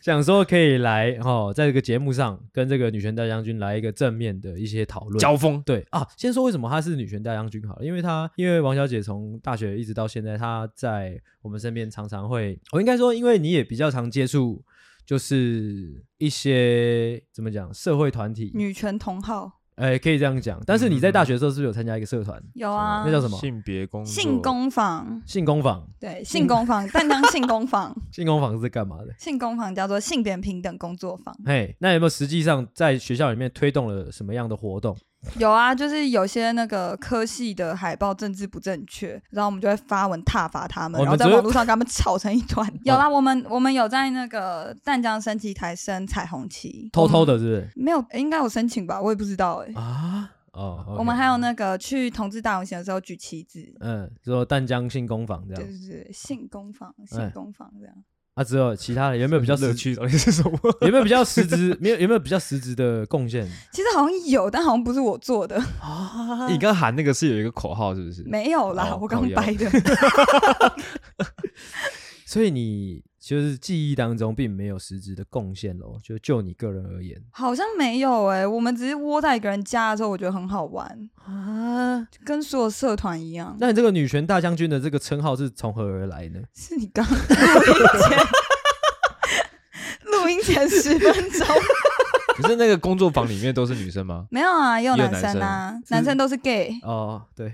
想说可以来哦，在这个节目上跟这个女权大将军来一个正面的一些讨论。交锋？对啊，先说为什么她是女权大将军好了，因为她因为王小姐从大学一直到现在，她在我们身边常常会，我应该说，因为你也比较常接触，就是一些怎么讲社会团体，女权同好，哎，可以这样讲。但是你嗯在大学的时候是不是有参加一个社团？有啊那，叫什么性别工作性工坊，性工坊， (laughs) 对，性工坊，但当性工坊，性工坊是干嘛的？性工坊叫做性别平等工作坊。嘿，那有没有实际上在学校里面推动了什么样的活动？有啊，就是有些那个科系的海报政治不正确，然后我们就会发文挞伐他们，哦然后在你们只嗯网络上跟他们吵成一团。有啦，我们我们有在那个淡江升旗台升彩虹旗，偷偷我们的，是不 (laughs) 是？没有，应该有申请吧，我也不知道哎、啊，哦，OK，我们还有那个去同志大游行的时候举旗子，嗯，说淡江性工坊这对样哎对对，性工坊、性工坊这样。啊，只有其他的有没有比 (laughs) 较乐实趣到底是什么？ (laughs) 有没有比较实质？没有有没有比较实质的贡献其实好像有，但好像不是我做的，啊你刚喊那个是有一个口号，是不是？没有啦，哦我刚靠腰掰的。所以你就是记忆当中并没有实质的贡献咯，就就你个人而言好像没有哎、我们只是窝在一个人家的时候，我觉得很好玩，啊。跟所有社团一样。那你这个女权大将军的这个称号是从何而来呢？是你刚录音前， (laughs) 录音前十分钟可是那个工作坊里面都是女生吗？没有啊，也有也有男生啊，男生生都是 gay。哦，对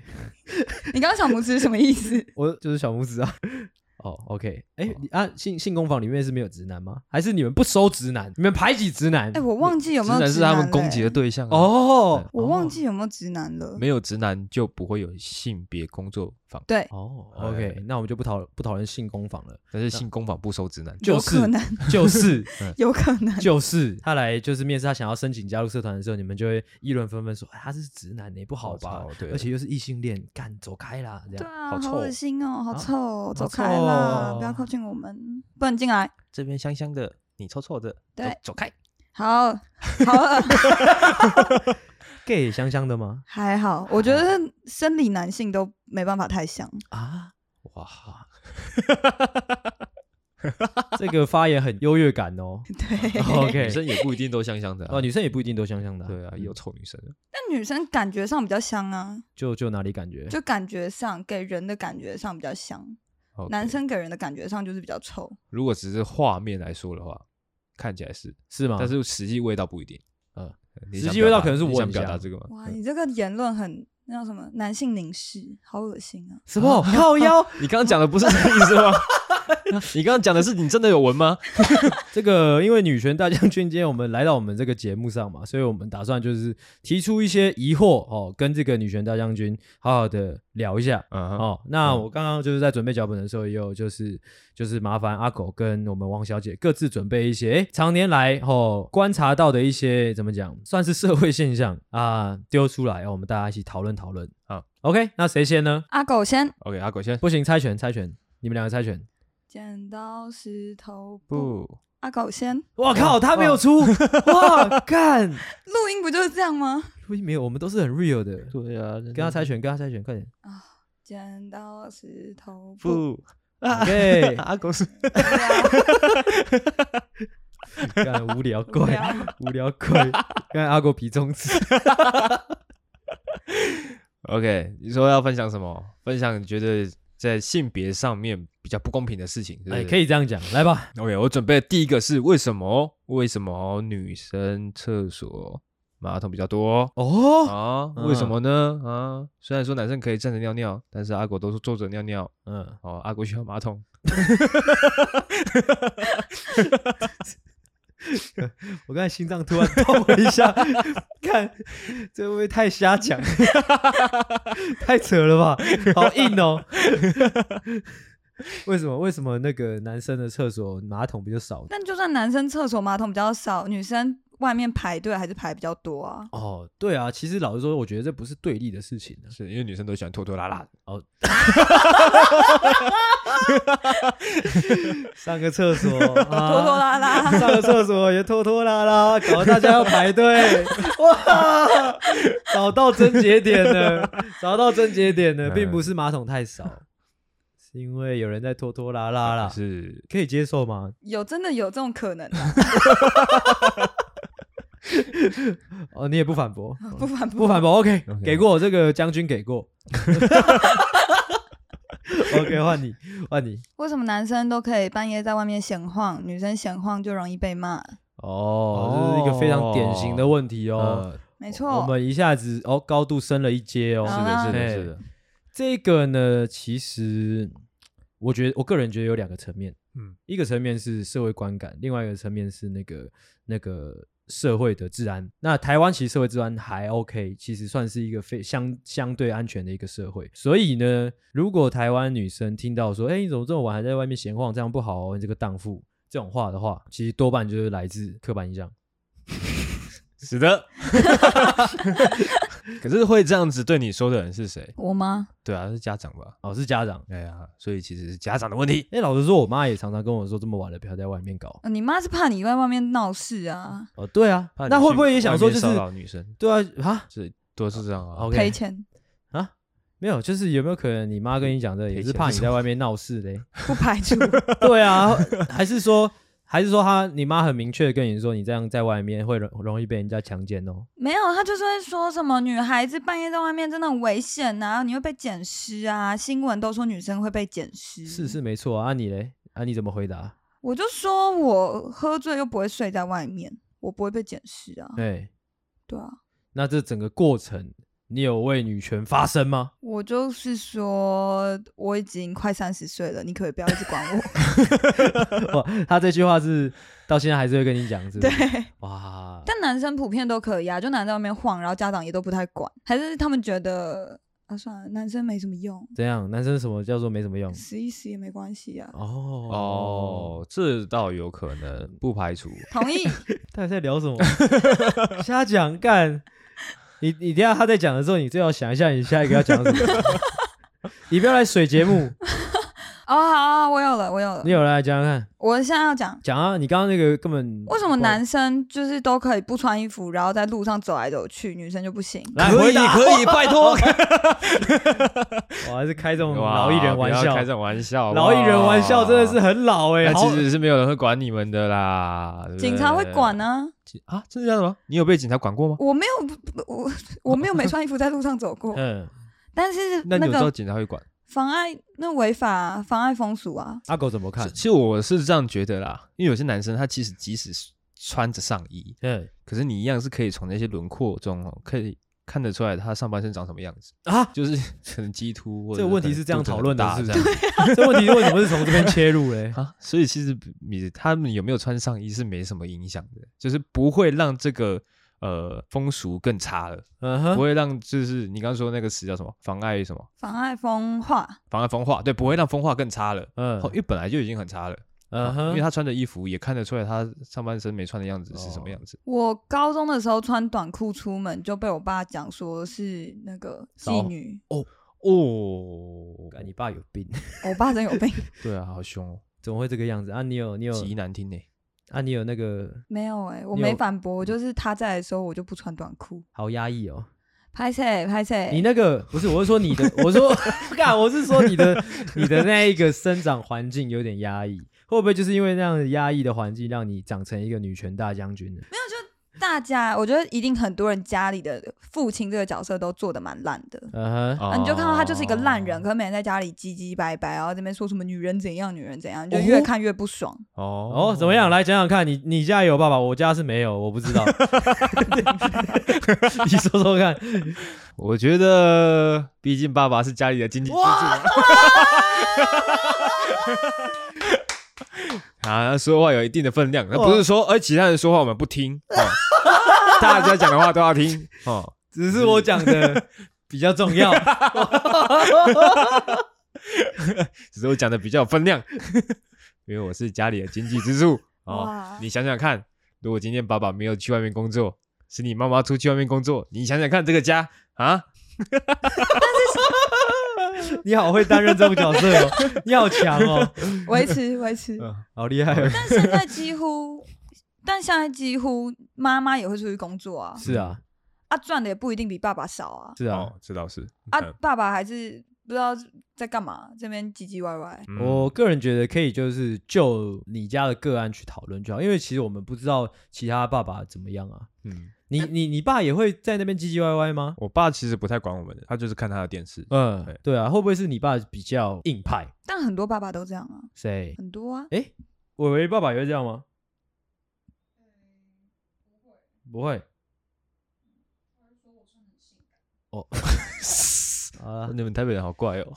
你刚刚小拇指是什么意思？我就是小拇指啊。 (laughs) 哦，OK，哎、你啊，性性工坊里面是没有直男吗？还是你们不收直男，你们排挤直男？哎、我忘记有直没有男直是男他了们攻击的欸对象啊。哦，我忘记有没有直男了。没有直男就不会有性别工作坊，对，哦哎，OK，那我们就不讨不讨论性工坊了，但是性工坊不收直男。就有是可能，就是有可 (laughs) 能。就是他来就是面试，他想要申请加入社团的时候，你们就会议论纷纷说，哎，他是直男呢、不好我吧操？对而且又是异性恋，干走开啦，这对样。啊，好好臭恶心哦，好啊臭哦，走开臭哦啦，不要靠近我们，不能进来。这边香香的，你臭臭的，对走，走开。好，好恶， gay 香香的吗？还好，我觉得生理男性都没办法太像。啊，哇， (laughs) 这个发言很优越感哦。 (laughs) 对， (laughs) OK，哎女 (laughs) 生也不一定都香香的啊哦，。女生也不一定都香香的、对啊，嗯也有臭女生的。但女生感觉上比较香啊，就就哪里感觉就感觉上给人的感觉上比较香， OK 男生给人的感觉上就是比较臭。如果只是画面来说的话，看起来是，是吗？但是实际味道不一定。嗯嗯，你实想际表味道达可能是你我想很表香达这个吗？哇，嗯你这个言论很那叫什么？男性凝视，好恶心啊！什么靠腰？ (laughs) 你刚刚讲的不是这个意思吗？ (laughs) 你刚刚讲的是你真的有闻吗？这个因为女权大将军今天我们来到我们这个节目上嘛，所以我们打算就是提出一些疑惑哦，跟这个女权大将军好好的聊一下。嗯哼，哦，那嗯我刚刚就是在准备脚本的时候，也有就是就是麻烦阿狗跟我们王小姐各自准备一些，诶常年来哦观察到的一些怎么讲，算是社会现象啊，丢出来，哦，我们大家一起讨论讨论。好，OK，那谁先呢？阿狗先， OK，阿狗先不行，猜拳，猜拳，你们两个猜拳。剪刀石头布，不，阿狗先。我靠，他没有出，啊哇，干，录音不就是这样吗？录 (laughs) 音没有，我们都是很 real 的。对啊，跟跟他猜拳，跟他猜拳，快点。剪刀石头布，不，啊 OK，阿狗是 (laughs) 干无聊不 (laughs) 鬼，要无聊鬼，跟阿狗皮中指。 (laughs) OK。你说要分享什么？分享你觉得在性别上面比较不公平的事情，哎，对不可对以这样讲，来吧。 ？OK，我准备的第一个是为什么为什么女生厕所马桶比较多？哦，啊，为什么呢？啊，虽然说男生可以站着尿尿，但是阿狗都是坐着尿尿。嗯，哦，阿狗需要马桶。我刚才心脏突然痛了一 (laughs) 下，看这会不会太瞎讲？ (laughs) 太扯了吧，好硬 (laughs) 哦。为什么？为什么那个男生的厕所马桶比较少？但就算男生厕所马桶比较少，女生外面排队还是排比较多啊。哦，对啊，其实老实说，我觉得这不是对立的事情啊。是因为女生都喜欢拖拖拉拉。上个厕所，拖拖啊拉拉，上个厕所也拖拖拉拉，搞得大家要排队，哇，找到症结点了，找到症结点了，嗯并不是马桶太少，是因为有人在拖拖拉拉啊啦，是可以接受吗？有真的有这种可能啊？ (laughs) 哦，你也不反驳，不反不不反驳，OK， OK 给过这个将军给 (laughs) 过 (laughs) ，OK，换你，换你，为什么男生都可以半夜在外面闲晃，女生闲晃就容易被骂？哦，这是一个非常典型的问题哦。呃没我错，们一下子哦高度升了一阶哦。是是的，是的，哎是的，这个呢，其实我觉得我个人觉得有两个层面，嗯，一个层面是社会观感，另外一个层面是那个那个社会的治安。那台湾其实社会治安还 OK，其实算是一个非相相对安全的一个社会。所以呢，如果台湾女生听到说：“哎、你怎么这么晚还在外面闲晃？这样不好哦，你这个荡妇。”这种话的话，其实多半就是来自刻板印象。是的。 (laughs) 可是会这样子对你说的人是谁？我吗？对啊，是家长吧？哦，是家长。哎呀，所以其实是家长的问题。哎、老实说，我妈也常常跟我说，这么晚了，不要在外面搞。呃你妈是怕你在外面闹事啊，哦，对啊，怕你那会去不会也想外说，面就是骚扰女生？对啊啊，是多是这样啊。 OK 赔钱没有，就是有没有可能你妈跟你讲的也赔是钱怕是你在外面闹事 (laughs) 嘞？不排除。对啊，还是说还是说他你妈很明确地跟你说，你这样在外面会容容易被人家强奸哦。没有，他就是会说什么女孩子半夜在外面真的很危险呐、你会被捡尸啊！新闻都说女生会被捡尸，是是没错啊，啊你嘞啊你怎么回答？我就说我喝醉又不会睡在外面，我不会被捡尸啊。对，对啊，哎那这整个过程你有为女权发声吗？我就是说我已经快三十岁了，你可不可以不要一直管我？哇，他这句话是到现在还是会跟你讲，是不对是？，哇， (laughs) 但男生普遍都可以啊，就男生在外面晃，然后家长也都不太管，还是他们觉得啊算了，男生没什么用，怎样？男生什么叫做没什么用？死一死也没关 (laughs) 系啊。哦哦，哦，这倒有可能，不排除。同意，他在聊什么？ (laughs) 瞎讲干！你你等一下他在讲的时候，你最好想一下你下一个要讲什么。 (laughs) 你不要来水节目，哦，好好，我有了，我有了你。有来讲讲看，我现在要讲讲啊！你刚刚那个根本为什么男生就是都可以不穿衣服，然后在路上走来走去，女生就不行？来可回以，啊答可以，拜托。我还是开这种 (laughs) 哇 (laughs) 老艺人玩不要笑开，这种玩笑，好不好老艺人玩笑真的是。很老哎、那好其实是没有人会管你们的啦，对不对警察会管呢、啊？真的假的吗？你有被警察管过吗？我没有不，不我我没有没穿衣服在路上 (laughs) 走过，嗯，但是那你有知道个警察会管？妨碍那违法、妨碍风俗啊。阿狗怎么看其？其实我是这样觉得啦，因为有些男生他其实即使是穿着上衣，嗯可是你一样是可以从那些轮廓中哦，可以看得出来他上半身长什么样子，啊， (laughs) 就是可能鸡突或者这个问题是这样讨论的可能肚子是很大这样这问题为什么是从这边切入 (laughs) 嘞？啊。所以其实你他们有没有穿上衣是没什么影响的，就是不会让这个呃风俗更差了，嗯不哼，会让就是你刚刚说那个词叫什么妨碍什么妨碍风化，妨碍风化，对，不会让风化更差了。哦，因嗯为本来就已经很差了，嗯啊因哼，为他穿的衣服也看得出来他上半身没穿的样子是什么样子。我高中的时候穿短裤出门就被我爸讲说是那个骚妓女，哦，干你爸有病，我爸真有病。对啊，好凶哦，怎么会这个样子啊？你有你有极难听呢。啊？你有那个 (laughs) 没有哎、我你有嗯没反驳，我就是他在的时候我就不穿短裤。好压抑哦。拍谁拍谁？你那个不是，我是说你的，我说干，我是说你的，你的那一个生长环境有点压抑，会不会就是因为那样的压抑的环境，让你长成一个女权大将军呢？大家，我觉得一定很多人家里的父亲这个角色都做的蛮烂的。嗯哼，啊啊，你就看到他就是一个烂人，可是每天在家里唧唧拜拜，然后这边说什么女人怎样，女人怎哦样，你就越看越不爽。哦哦，怎么样？？来讲讲看，你你家有爸爸，我家是没有，我不知道。 (laughs) 你说说看，我觉得，毕竟爸爸是家里的经济支柱啊。 (laughs) 啊，说话有一定的分量，那不是说，哎，其他人说话我们不听， (laughs) 哦大家讲的话都要听哦。只是我讲的比较重要。只是我讲的比较有分量， (laughs) 因为我是家里的经济支柱哦。哇，你想想看，如果今天爸爸没有去外面工作，是你妈妈出去外面工作，你想想看这个家啊，你好会担任这种角色哦，你好强哦， (laughs) 维持维持。好厉害哦。但现在几乎， (laughs) 但现在几乎妈妈也会出去工作啊，是啊，啊赚的也不一定比爸爸少啊，是啊。哦，这倒是啊嗯爸爸还是不知道在干嘛，这边唧唧歪歪。嗯我个人觉得可以，就是就你家的个案去讨论就好，因为其实我们不知道其他爸爸怎么样啊。嗯，你你你爸也会在那边唧唧歪歪吗？我爸其实不太管我们的，他就是看他的电视。嗯对，对啊，会不会是你爸比较硬派？但很多爸爸都这样啊，谁？很多啊，诶，伟伟爸爸也会这样吗？不会， (laughs) 哦，好啦，你们台北人好怪哦。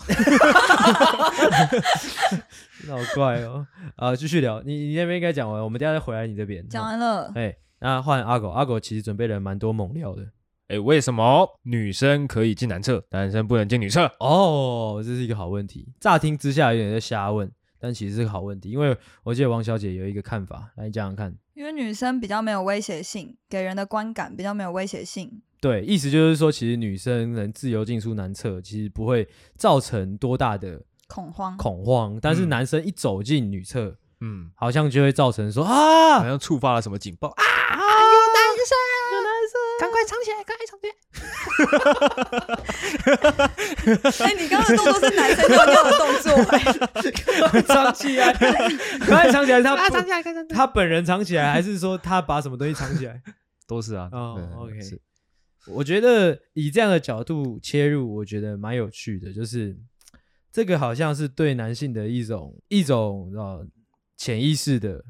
那好怪哦。啊，继续聊，你你那边应该讲完，我们等一下再回来你这边。讲好完了，哎，那换阿狗，阿狗其实准备了蛮多猛料的。哎，为什么女生可以进男厕，男生不能进女厕？哦，这是一个好问题。乍听之下有点在瞎问，但其实是个好问题，因为我记得王小姐有一个看法，来你讲讲看。因为女生比较没有威胁性，给人的观感比较没有威胁性。对，意思就是说，其实女生能自由进出男厕，其实不会造成多大的恐慌，恐慌，但是嗯男生一走进女厕，嗯，好像就会造成说啊，好嗯像触发了什么警报啊！赶快藏起来，赶快藏起来。哎、你刚刚的动作是男生尿尿的动作、哎 (laughs) 藏起 (laughs) 来，他藏起来，他啊，不藏起来，赶快藏起来。他本人藏起来，还是说他把什么东西藏起来？都是啊。哦嗯 OK 是我觉得以这样的角度切入，我觉得蛮有趣的，就是这个好像是对男性的一种一种呃潜意识的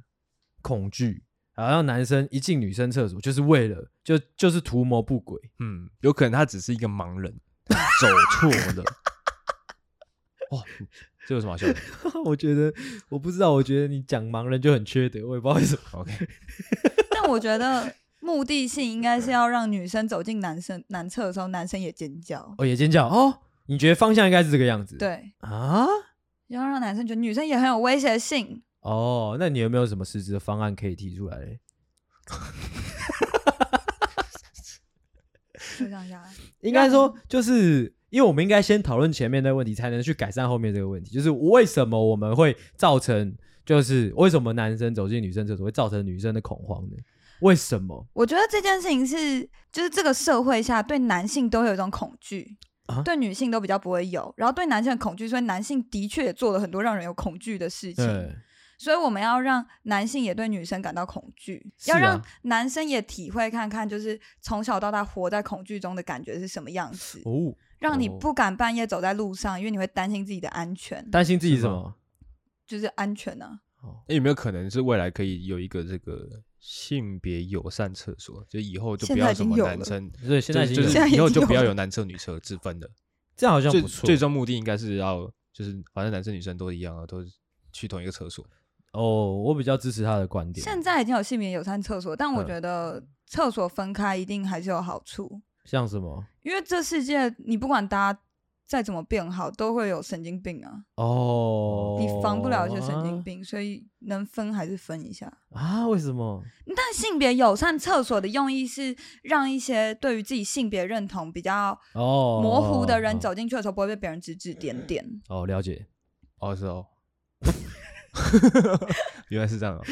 恐惧，好像男生一进女生厕所就是为了就就是图谋不轨，嗯，有可能他只是一个盲人，走错了。哦，这有什么好笑的 (laughs) 我觉得我不知道，我觉得你讲盲人就很缺德，我也不知道为什么。 ？OK，但我觉得目的性应该是要让女生走进男生男厕的时候，男生也尖叫。哦，也尖叫哦，你觉得方向应该是这个样子？对，啊，要让男生觉得女生也很有威胁性。哦，那你有没有什么实质的方案可以提出来嘞？就这样下来，应该说，就是因为我们应该先讨论前面的问题，才能去改善后面这个问题。就是为什么我们会造成，就是为什么男生走进女生厕所会造成女生的恐慌呢？为什么？我觉得这件事情是，就是这个社会下对男性都有一种恐惧。啊对女性都比较不会有，然后对男性的恐惧，所以男性的确也做了很多让人有恐惧的事情。对，所以我们要让男性也对女生感到恐惧，是要啊让男生也体会看看，就是从小到大活在恐惧中的感觉是什么样子，哦，让你哦不敢半夜走在路上，因为你会担心自己的安全，担心自己是什吗么？就是安全啊。 (laughs) 那有没有可能是未来可以有一个这个性别友善厕所？就以后就不现要在已什经么有男了生，所以现在已经就有是现在已以后经就有不要了有男厕女厕之分的。这样好像最不错。最终目的应该是要就是反正男生女生都一样啊，都是去同一个厕所。哦，我比较支持他的观点。现在已经有性别友善厕所，但我嗯觉得厕所分开一定还是有好处，像什么？因为这世界你不管大家再怎么变好，都会有神经病啊，哦，你防不了一些神经病，所以能分还是分一下。啊啊？为什么？但性别友善厕所的用意是让一些对于自己性别认同比较哦，模糊的人哦走进去的时候，不会被别人指指点点。哦，了解。哦，是哦， (laughs) 原来是这样啊。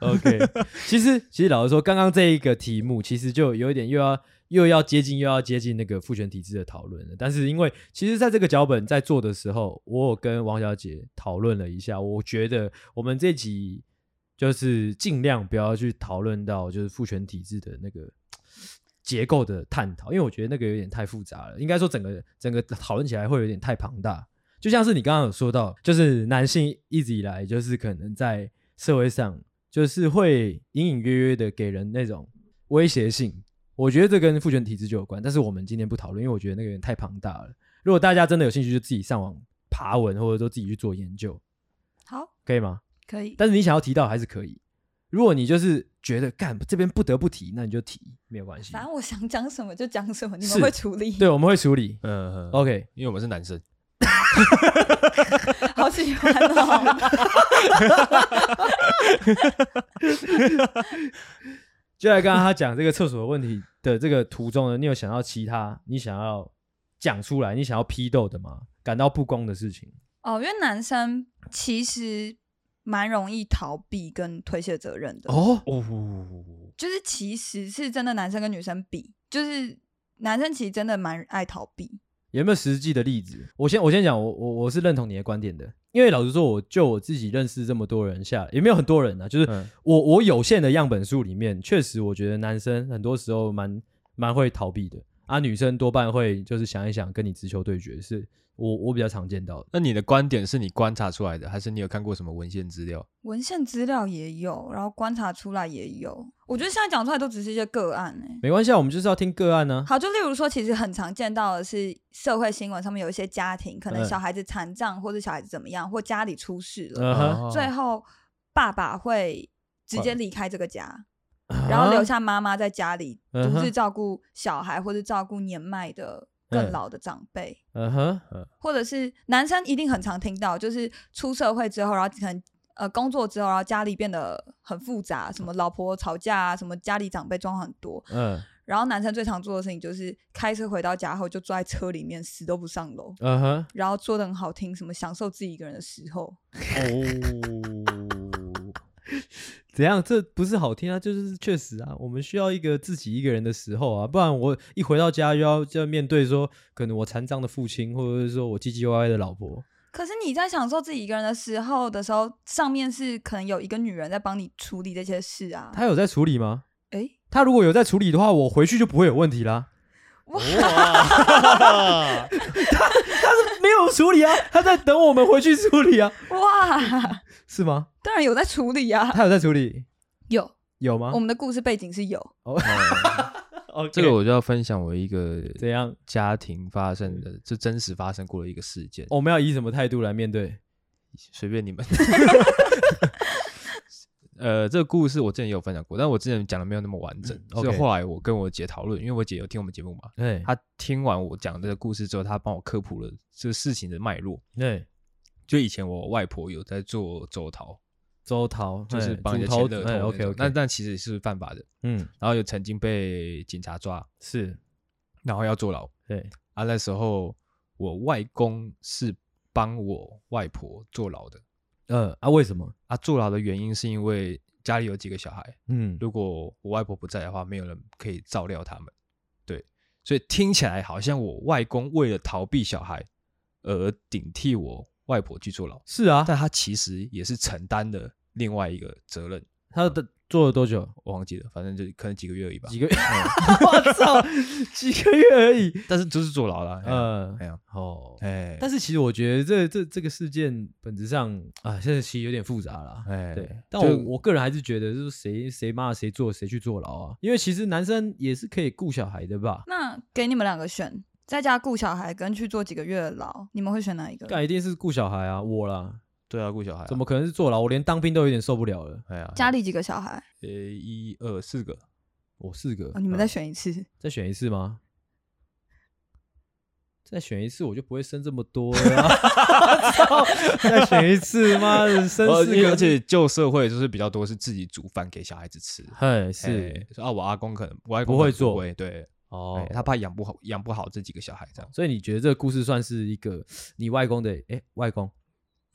OK，其实 (laughs) 其实老实说，刚刚这一个题目其实就有一点又要又要接近又要接近那个父权体制的讨论了。但是因为其实在这个脚本在做的时候，我有跟王小姐讨论了一下，我觉得我们这集就是尽量不要去讨论到就是父权体制的那个。结构的探讨，因为我觉得那个有点太复杂了，应该说整个整个讨论起来会有点太庞大。就像是你刚刚有说到，就是男性一直以来就是可能在社会上就是会隐隐约约的给人那种威胁性。我觉得这跟父权体制就有关，但是我们今天不讨论，因为我觉得那个有点太庞大了。如果大家真的有兴趣，就自己上网爬文，或者说自己去做研究，好，可以吗？可以。但是你想要提到还是可以。如果你就是觉得干这边不得不提，那你就提，没有关系。反正我想讲什么就讲什么，你是们会处理。对，我们会处理。嗯哦， OK，因为我们是男生，好喜欢哦。 (laughs) 就在刚刚他讲这个厕所的问题的这个途中呢，你有想要其他你想要讲出来、你想要批斗的吗？感到不公的事情？哦，因为男生其实蛮容易逃避跟推卸责任的。哦，哦，就是其实是真的，男生跟女生比，就是男生其实真的蛮爱逃避。有没有实际的例子？我先我先讲，我我我是认同你的观点的，因为老实说，我就我自己认识这么多人下来，也没有很多人啊，就是嗯我、我有限的样本数里面，确实我觉得男生很多时候蛮蛮会逃避的啊，女生多半会就是想一想跟你直球对决，是我我比较常见到的。那你的观点是你观察出来的，还是你有看过什么文献资料？文献资料也有，然后观察出来也有。我觉得现在讲出来都只是一些个案哎、没关系，啊，我们就是要听个案啊呢、好，就例如说，其实很常见到的是社会新闻上面有一些家庭，可能嗯小孩子残障，或者小孩子怎么样，或家里出事了，嗯哼哦最后爸爸会直哦接离开这个家，然后留下妈妈在家里啊嗯独哼自照顾小孩，或者照顾年迈的更嗯老的长辈。嗯哼，嗯或者是男生一定很常听到，就是出社会之后，然后可能呃工作之后，然后家里变得很复杂，什么老婆吵架啊，什么家里长辈装很多，嗯然后男生最常做的事情就是开车回到家后就坐在车里面死都不上楼，嗯哼，然后说的很好听，什么享受自己一个人的时候，哦，怎样？这不是好听啊，就是确实啊，我们需要一个自己一个人的时候啊，不然我一回到家又要就要面对说，可能我残障的父亲，或者是说我唧唧歪歪的老婆，可是你在享受自己一个人的时候的时候，上面是可能有一个女人在帮你处理这些事啊。他有在处理吗？诶，他如果有在处理的话，我回去就不会有问题 (laughs) 啦。 (laughs) 哇，没有处理啊，他在等我们回去处理啊，哇， (laughs) 是吗？当然有在处理啊，他有在处理，有，有啊吗我？们的故事背景是有。哦，这个我就要分享我一个怎样？嗯家庭发生的，这真实发生过的一个事件，我们要以什么态度来面对？随便你们。 (laughs) 呃，这个故事我之前也有分享过，但我之前讲的没有那么完整。嗯所以 OK 后来我跟我姐讨论，因为我姐有听我们节目嘛，哎，她听完我讲这个故事之后，她帮我科普了这个事情的脉络。对，就以前我外婆有在做周逃，周桃就是哎帮人主家签头乐透哎那，OK 种 OK，那但其实是犯法的。嗯然后有曾经被警察抓，是，然后要坐牢对，啊。那时候我外公是帮我外婆坐牢的呃啊，为什么？啊。坐牢的原因是因为家里有几个小孩，嗯，如果我外婆不在的话，没有人可以照料他们。对，所以听起来好像我外公为了逃避小孩而顶替我外婆去坐牢，是啊，但他其实也是承担了另外一个责任。他的做了多久？我忘记了，反正就可能几个月而已吧。几个月？ (laughs) 我操，几个月而已。但是就是坐牢了。嗯，呃哎，呀，哦，哎，但是是其实我觉得这这这个事件本质上啊，现在其实有点复杂啦。哎，对，但就我我个人还是觉得，就是谁谁骂谁做谁去坐牢啊，因为其实男生也是可以顾小孩的吧？那给你们两个选，在家顾小孩跟去做几个月的牢，你们会选哪一个？但一定是顾小孩啊，我啦，对啊，顾小孩啊怎么？可能是坐牢？我连当兵都有点受不了了。哎呀，家里几个小孩？呃一二四个，我四个，哦你嗯们再选一次。再选一次吗？再选一次，我就不会生这么多了、啊。 (laughs) 操再选一次，妈的，生而四个，哦呃而且旧社会就是比较多是自己煮饭给小孩子吃。嘿是哎啊，我阿公可能我外公不会可能做不会对，哦哎，他怕养不好养不好这几个小孩这样。所以你觉得这个故事算是一个你外公的哎、外公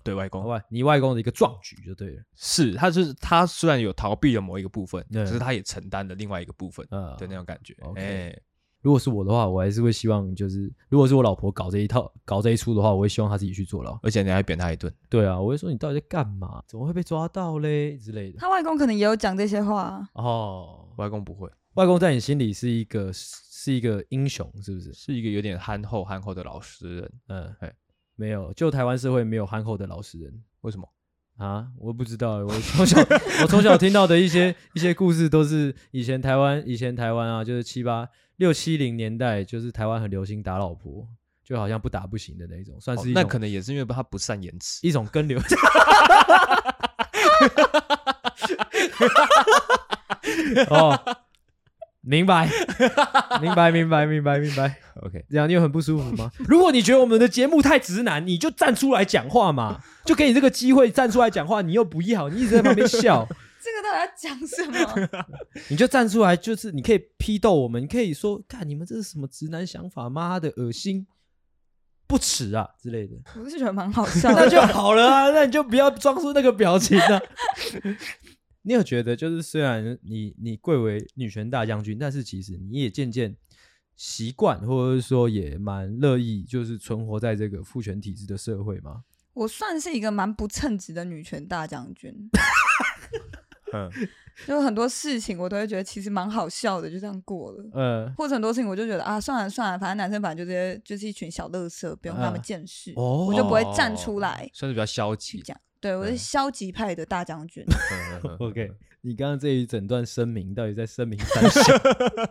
对外公外你外公的一个壮举就对了，是，他就是他虽然有逃避了某一个部分，对可是他也承担了另外一个部分呃，的那种感觉。 OK 哎，如果是我的话，我还是会希望就是如果是我老婆搞这一套搞这一出的话，我会希望她自己去坐牢。而且你还扁他一顿，对啊，我会说你到底在干嘛？怎么会被抓到嘞之类的。他外公可能也有讲这些话啊，哦，外公不会，外公在你心里是一个是一个英雄，是不是？是一个有点憨厚憨厚的老实人。嗯哎，没有，就台湾社会没有憨厚的老实人为什么？啊，我不知道欸，我从小 (laughs) 我从小听到的一些一些故事都是以前台湾以前台湾啊，就是七八六七零年代，就是台湾很流行打老婆，就好像不打不行的那一种，算哦是一那种可能也是因为他不善言 (laughs) 辞。一种 (laughs) 跟流。哦，明白，明白，明白，明白，明白。 OK，这样你有很不舒服吗？ (laughs) 如果你觉得我们的节目太直男，你就站出来讲话嘛，就给你这个机会站出来讲话，你又不要，你一直在旁边笑，这个到底在讲什么？你就站出来，就是你可以批斗我们，你可以说，看你们这是什么直男想法，妈的恶心，不耻啊之类的， (laughs) 我是觉得蛮好 (laughs) 笑那的。 (laughs) 就好了啊，那你就不要装出那个表情啊。 (laughs) 你有觉得，就是虽然你你贵为女权大将军，但是其实你也渐渐习惯，或者是说也蛮乐意，就是存活在这个父权体制的社会吗？我算是一个蛮不称职的女权大将军，嗯，就很多事情我都会觉得其实蛮好笑的，就这样过了。呃，或者很多事情我就觉得啊，算了算了，反正男生反正就这些，就是一群小乐色，不用跟他们嗯见识，哦我就不会站出来算是比较消 (laughs) 去极。讲。对，我是嗯消极派的大将军。嗯嗯嗯 OK，你刚刚这一整段声明到底在声明三小？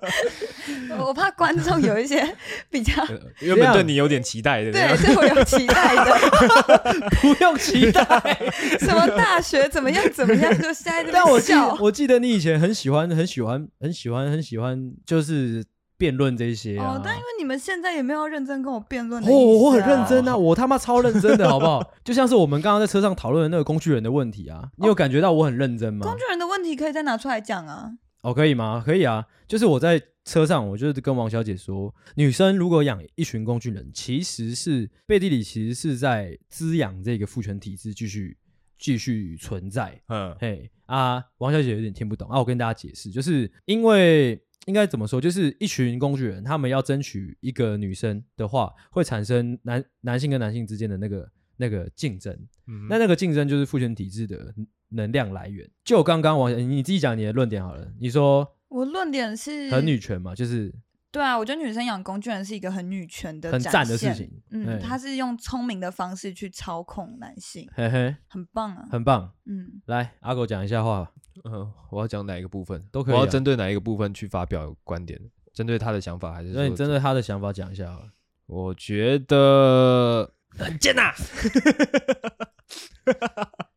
(laughs) 我我怕观众有一些比较呃 (laughs) 原本对你有点期待，嗯对不对对我有期待的， (laughs) 不用期 (laughs) 待。什么大学怎么样怎么样，就现在这但我边记笑。哦我记得你以前很喜欢很喜欢很喜欢很喜欢，就是辩论这些啊。哦，但因为你们现在也没有要认真跟我辩论的、哦，意我思很啊认真 (laughs) 啊，我他妈超认真的，好不好？就像是我们刚刚在车上讨论的那个工具人的问题啊，你有感觉到我很认真吗？工具人的问题可以再拿出来讲啊。哦，可以吗？可以啊，就是我在车上，我就是跟王小姐说，女生如果养一群工具人，其实是背地里其实是在滋养这个父权体制继续继续存在。嗯，嘿啊，王小姐有点听不懂啊，我跟大家解释，就是因为应该怎么说，就是一群工具人，他们要争取一个女生的话，会产生男男性跟男性之间的那个那个竞争。嗯那那个竞争就是父权体制的能量来源。就刚刚王小，你自己讲你的论点好了，你说我论点是很女权嘛，就是对啊，我觉得女生养工具人是一个很女权的很展赞的事现。情。嗯，嘿她是用聪明的方式去操控男性，嘿嘿，很棒啊。很棒。嗯，来，阿狗讲一下话吧。嗯，我要讲哪一个部分都可以啊我要针对哪一个部分去发表观点？针对他的想法还是说？那你针对他的想法讲一下好了。我觉得很 (laughs) 贱呐。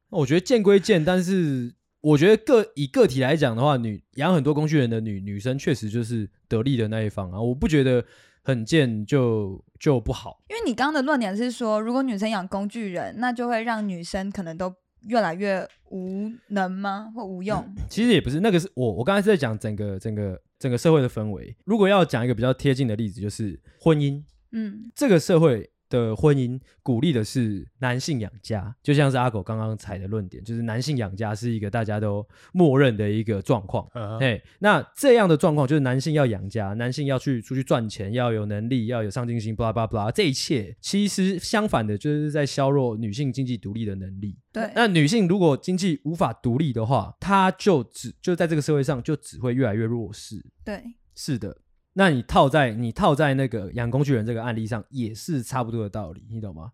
我觉得见归见，但是我觉得个以个体来讲的话，女养很多工具人的女女生确实就是得利的那一方啊。我不觉得很贱就就不好。因为你刚刚的论点是说，如果女生养工具人，那就会让女生可能都越来越无能吗？或无用？其实也不是，那个是我我刚才是在讲整个整个整个社会的氛围。如果要讲一个比较贴近的例子，就是婚姻，嗯，这个社会的婚姻鼓励的是男性养家，就像是阿狗刚刚采的论点，就是男性养家是一个大家都默认的一个状况。嘿，那这样的状况就是男性要养家，男性要去出去赚钱，要有能力，要有上进心，blah blah blah。这一切其实相反的，就是在削弱女性经济独立的能力。对。那女性如果经济无法独立的话，她就只就在这个社会上就只会越来越弱势。对，是的，那你套在你套在那个养工具人这个案例上，也是差不多的道理，你懂吗？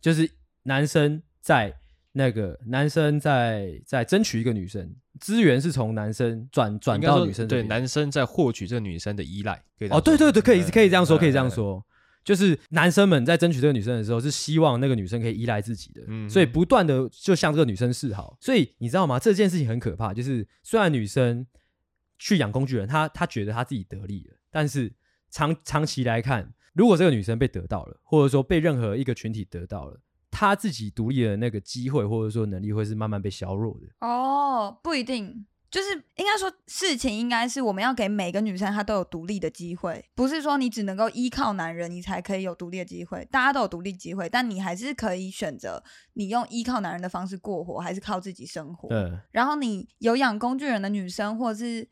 就是男生在那个男生在在争取一个女生，资源是从男生转转应该到说女生这对边男生在获取这个女生的依赖，可以这样哦，对说对对，可以可以这样说，可以这样。嗯嗯嗯说。就是男生们在争取这个女生的时候，是希望那个女生可以依赖自己的，嗯所以不断的就向这个女生示好。所以你知道吗？这件事情很可怕，就是虽然女生去养工具人，她她觉得她自己得利了，但是长长期来看，如果这个女生被得到了，或者说被任何一个群体得到了，她自己独立的那个机会或者说能力会是慢慢被削弱的。哦，不一定，就是应该说事情应该是我们要给每个女生她都有独立的机会，不是说你只能够依靠男人你才可以有独立的机会，大家都有独立机会，但你还是可以选择你用依靠男人的方式过活，还是靠自己生活。嗯，然后你有养工具人的女生，或者是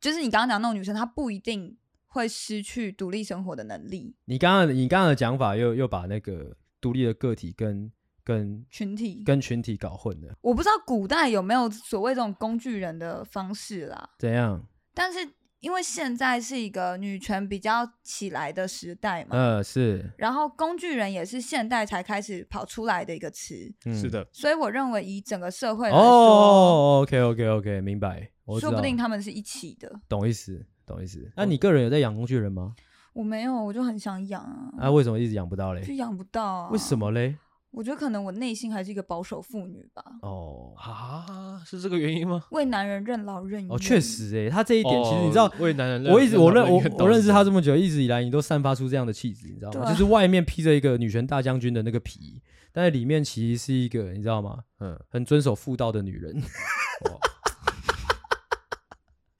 就是你刚刚讲那种女生，她不一定会失去独立生活的能力，你刚刚你刚刚的讲法又又把那个独立的个体跟跟群体。跟群体搞混了，我不知道古代有没有所谓这种工具人的方式啦，怎样？但是因为现在是一个女权比较起来的时代嘛，呃，是，然后工具人也是现代才开始跑出来的一个词，嗯是。的，所以我认为以整个社会来说，哦，OK OK OK，明白。我知说不道定他们是一起的。懂意思，懂意思。那你个人有在养工具人吗？我没有，我就很想养啊，啊，为什么一直养不到嘞就？养不到啊。为什？么嘞？我觉得可能我内心还是一个保守妇女吧，哦啊，是这个原因吗？为男人任劳任怨。哦，确实诶，他这一点其实你知道哦，为男人任，我一直我认我任劳任怨我认识他这么么久，一直以来你都散发出这样的气质，你知道对吗？啊就是外面披着一个女权大将军的那个皮，但是里面其实是一个你知道吗？嗯，很遵守妇道的女人。(laughs) (laughs)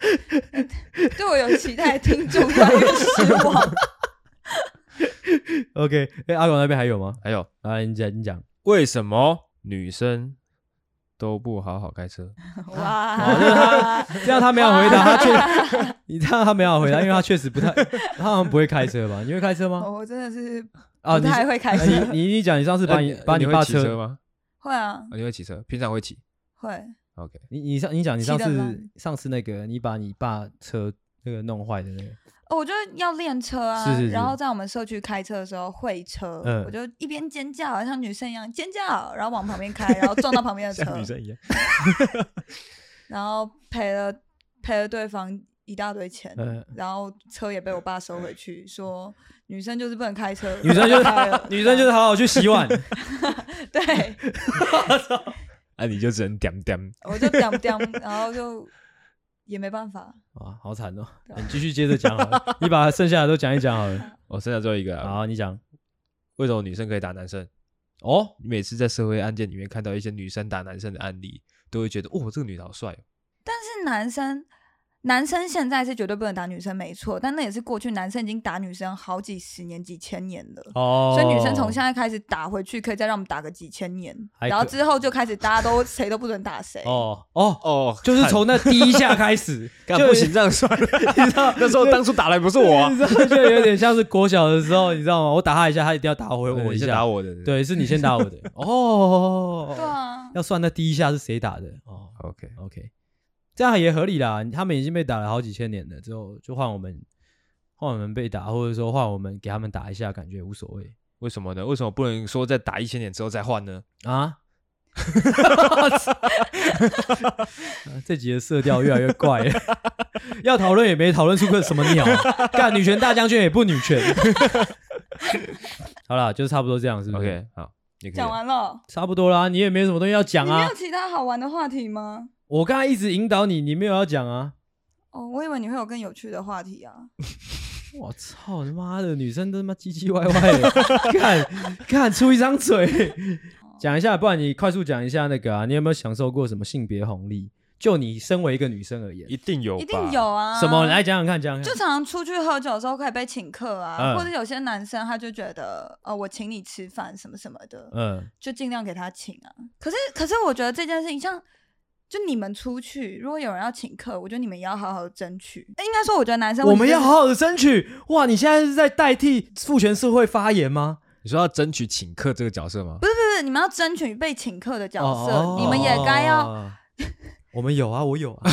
对我有期 (laughs) 待，听众越来越失望。 OK，哎，阿狗那边还有吗？还有啊，你讲你讲。为什么女生都不好好开车？哇，这哦样他没有回答，他 (laughs) 确你这样他没有回答，因为他确实不太，他好像不会开车吧？你会开车吗？哦我真的是啊，不你太是会开车呃。你你你讲，你上次把你呃把你你会爸骑车吗？会啊啊，，你会骑车？平常会骑？会。 (laughs) OK，你你上你讲你上骑得次慢上次那个你把你爸车那个弄坏的那个，哦，我觉得要练车啊，是是是然后在我们社区开车的时候会车，嗯我就一边尖叫，像女生一样尖叫，然后往旁边开，然后撞到 (laughs) 旁边的车，一样。然后赔了赔了对方一大堆钱，呃嗯然后车也被我爸收回去，说女生就是不能开车，女生就不是能 (laughs) 开了女生就是好好去洗 (laughs) 碗，对， (laughs) 啊，你就只能点点。我就屌屌，然后就也没办法，哇，好惨哦！啊你继续接着讲好了，你把剩下的都讲一讲好 (laughs) 了。我剩下最后一个啊，好，你讲为什么女生可以打男生？哦，你每次在社会案件里面看到一些女生打男生的案例，都会觉得哦，这个女的好帅哦。但是男生。男生现在是绝对不能打女生，没错，但那也是过去男生已经打女生好几十年、几千年了。哦，所以女生从现在开始打回去，可以再让我们打个几千年，还然后可之后就开始大家都谁都不准打谁。哦哦，哦，就是从那第一下开始， (laughs) 干就不行这样算了， (laughs) 你知道 (laughs) 那时候当初打来不是我啊，你知道就有点像是国小的时候，你知道吗？我打他一下，他一定要打回对我你一下。先打我的。对，是你先打我 (laughs) 的。哦，对啊，要算那第一下是谁打的。哦，OK， ，OK，这样也合理啦。他们已经被打了好几千年了，之后就换我们，换我们被打，或者说换我们给他们打一下，感觉也无所谓为什么呢？为什么不能说在打一千年之后再换呢？啊。 (laughs) 啊这集的色调越来越怪了， (laughs) 要讨论也没讨论出个什么鸟啊、干女权大将军也不女权。 (laughs) 好啦，就是差不多这样，是不是 OK，好，你可以讲完了，差不多啦，你也没什么东西要讲你没啊有。其他好玩的话题吗？我刚才一直引导你，你没有要讲啊。哦，我以为你会有更有趣的话题啊。我操，他妈的，女生都他妈唧唧歪歪的， (laughs) 看看出一张嘴。讲一下，不然你快速讲一下那个啊，你有没有享受过什么性别红利？就你身为一个女生而言，一定有，一定有。啊。什么？来？讲讲看，讲就讲看。常常出去喝酒的时候可以被请客啊，嗯或者有些男生他就觉得，呃，我请你吃饭什么什么的，嗯，就尽量给他请啊。可是，可是我觉得这件事情像。就你们出去，如果有人要请客，我觉得你们也要好好争取。应该说，我觉得男生我们要好。好好的争取。哇，你现在是在代替父权社会发言吗？你说要争取请客这个角色吗？是你们要争取被请客的角色，哦你们也该要，。 (laughs) 我们有啊，我有 (laughs) 啊，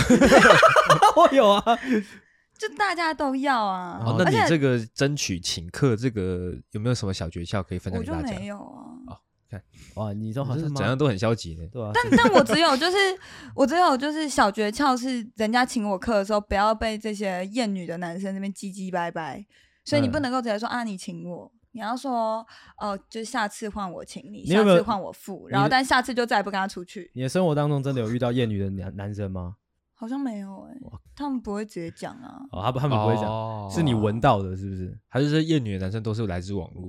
我有啊。就大家都要啊。哦哦，而那你且这个争取请客这个有没有什么小诀窍可以分享我给就大家？没有啊， (laughs) 哇，你都好你像这妈怎样都很消极呢。对啊，但但我只有就是我只有就是小诀窍是，人家请我课的时候，不要被这些厌女的男生那边唧唧拜拜，所以你不嗯能够直接说、啊你请我。你要说，哦，就下次换我请你，你有下没有次换我付，然后但下次就再也不跟他出去，你的生活当中真的有遇到厌女的男男生吗？好像没有哎、他们不会直接讲啊，哦，他不他们不会讲，哦是你闻到的，是不是？还是这厌女的男生都是来自网络？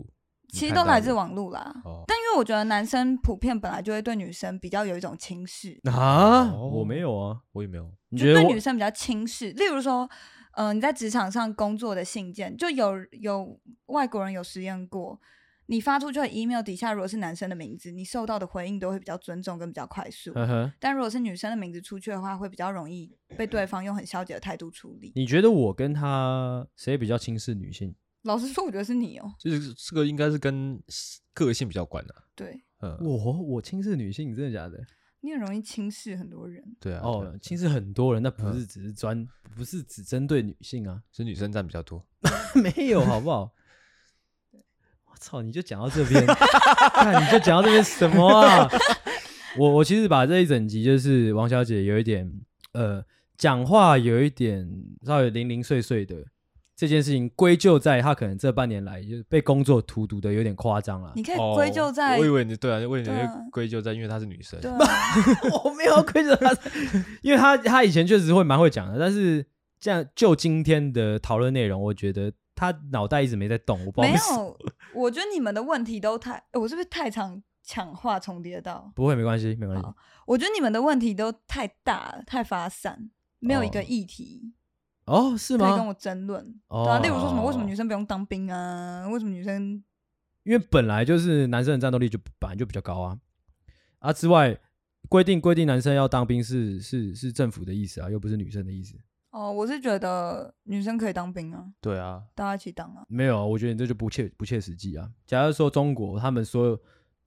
你其实看都到来的自网络啦。哦，但因为我觉得男生普遍本来就会对女生比较有一种轻视，啊，哦我没有啊，我也没有。你就觉得对我女生比较轻视。例如说，嗯、你在职场上工作的信件，就有有外国人有实验过，你发出去的 email 底下如果是男生的名字，你收到的回应都会比较尊重跟比较快速；嗯呵呵，但如果是女生的名字出去的话，会比较容易被对方用很消极的态度处理。你觉得我跟他谁比较轻视女性？老实说，我觉得是你哦、就是这个应该是跟个性比较关的、对嗯，我我轻视女性，真的假的？你很容易轻视很多人。对啊，对啊哦，轻视很多人，那不是只是专，不是只针对女性啊，是女生占比较多。没有好不好？我操，你就讲到这边，看你就讲到这边什么啊？我我其实把这一整集就是王小姐有一点呃讲话有一点稍微零零碎碎的这件事情归咎在她可能这半年来就是被工作荼毒的有点夸张了你。可以归咎在、哦我以为你对啊，我以为你对啊会归咎在因为她是女生。 (laughs) 对啊我没有亏着她， (laughs) 因为她她以前确实会蛮会讲的，但是这样就今天的讨论内容，我觉得她脑袋一直没在动，我不知道为没什么有，我觉得你们的问题都太，呃我是不是太常抢话重叠到？不会没关系没关系好。我觉得你们的问题都太大了，太发散，没有一哦个议题、哦，是可以跟吗？我争论。哦对啊，例如说什么为什么女生不用当兵啊？为什么女生因为本来就是男生的战斗力就本来就比较高啊啊之外，规定规定男生要当兵是是是政府的意思啊，又不是女生的意思。哦？我是觉得女生可以当兵啊，对啊，大家一起当啊。没有啊，我觉得你这就不切不切实际啊。假如说中国他们所有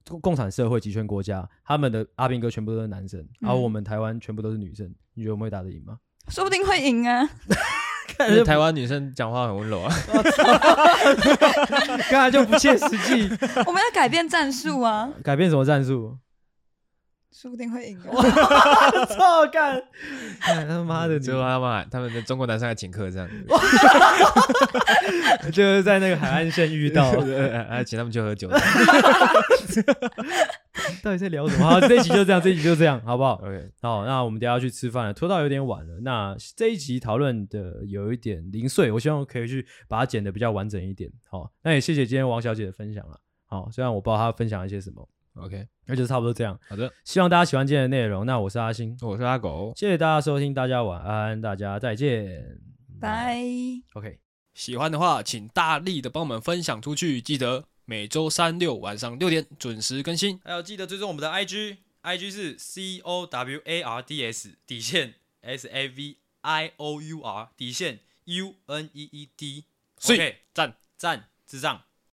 共共产社会集权国家，他们的阿兵哥全部都是男生，而、嗯我们台湾全部都是女生，你觉得我们会打得赢吗？说不定会赢啊。 (laughs) 看因为台湾女生讲话很温柔啊，刚才就不切实际，我们要改变战术啊，改变什么战术？说不定会赢啊。操干！干他妈的，最嗯后啊他们他们的中国男生还请客这样，就是在那个海岸线遇啊 (laughs) 到，还请他们去喝酒。到底在聊什么？好，这一集就这样，这一集就这样，好不好？ OK，好，那我们等一下要去吃饭了，拖到有点晚了。那这一集讨论的有一点零碎，我希望可以去把它剪得比较完整一点。好，那也谢谢今天王小姐的分享了。好，虽然我不知道她分享了一些什么， OK，那就差不多这样。好的，希望大家喜欢今天的内容。那我是阿星，我是阿狗，谢谢大家收听，大家晚安，大家再见，拜。 OK。喜欢的话请大力的帮我们分享出去，记得每周三六晚上六点准时更新。还有记得追踪我们的 IG，IG 是 C O W A R D S 底线 S A V I O U R 底线 U N E E D，所以赞赞智障。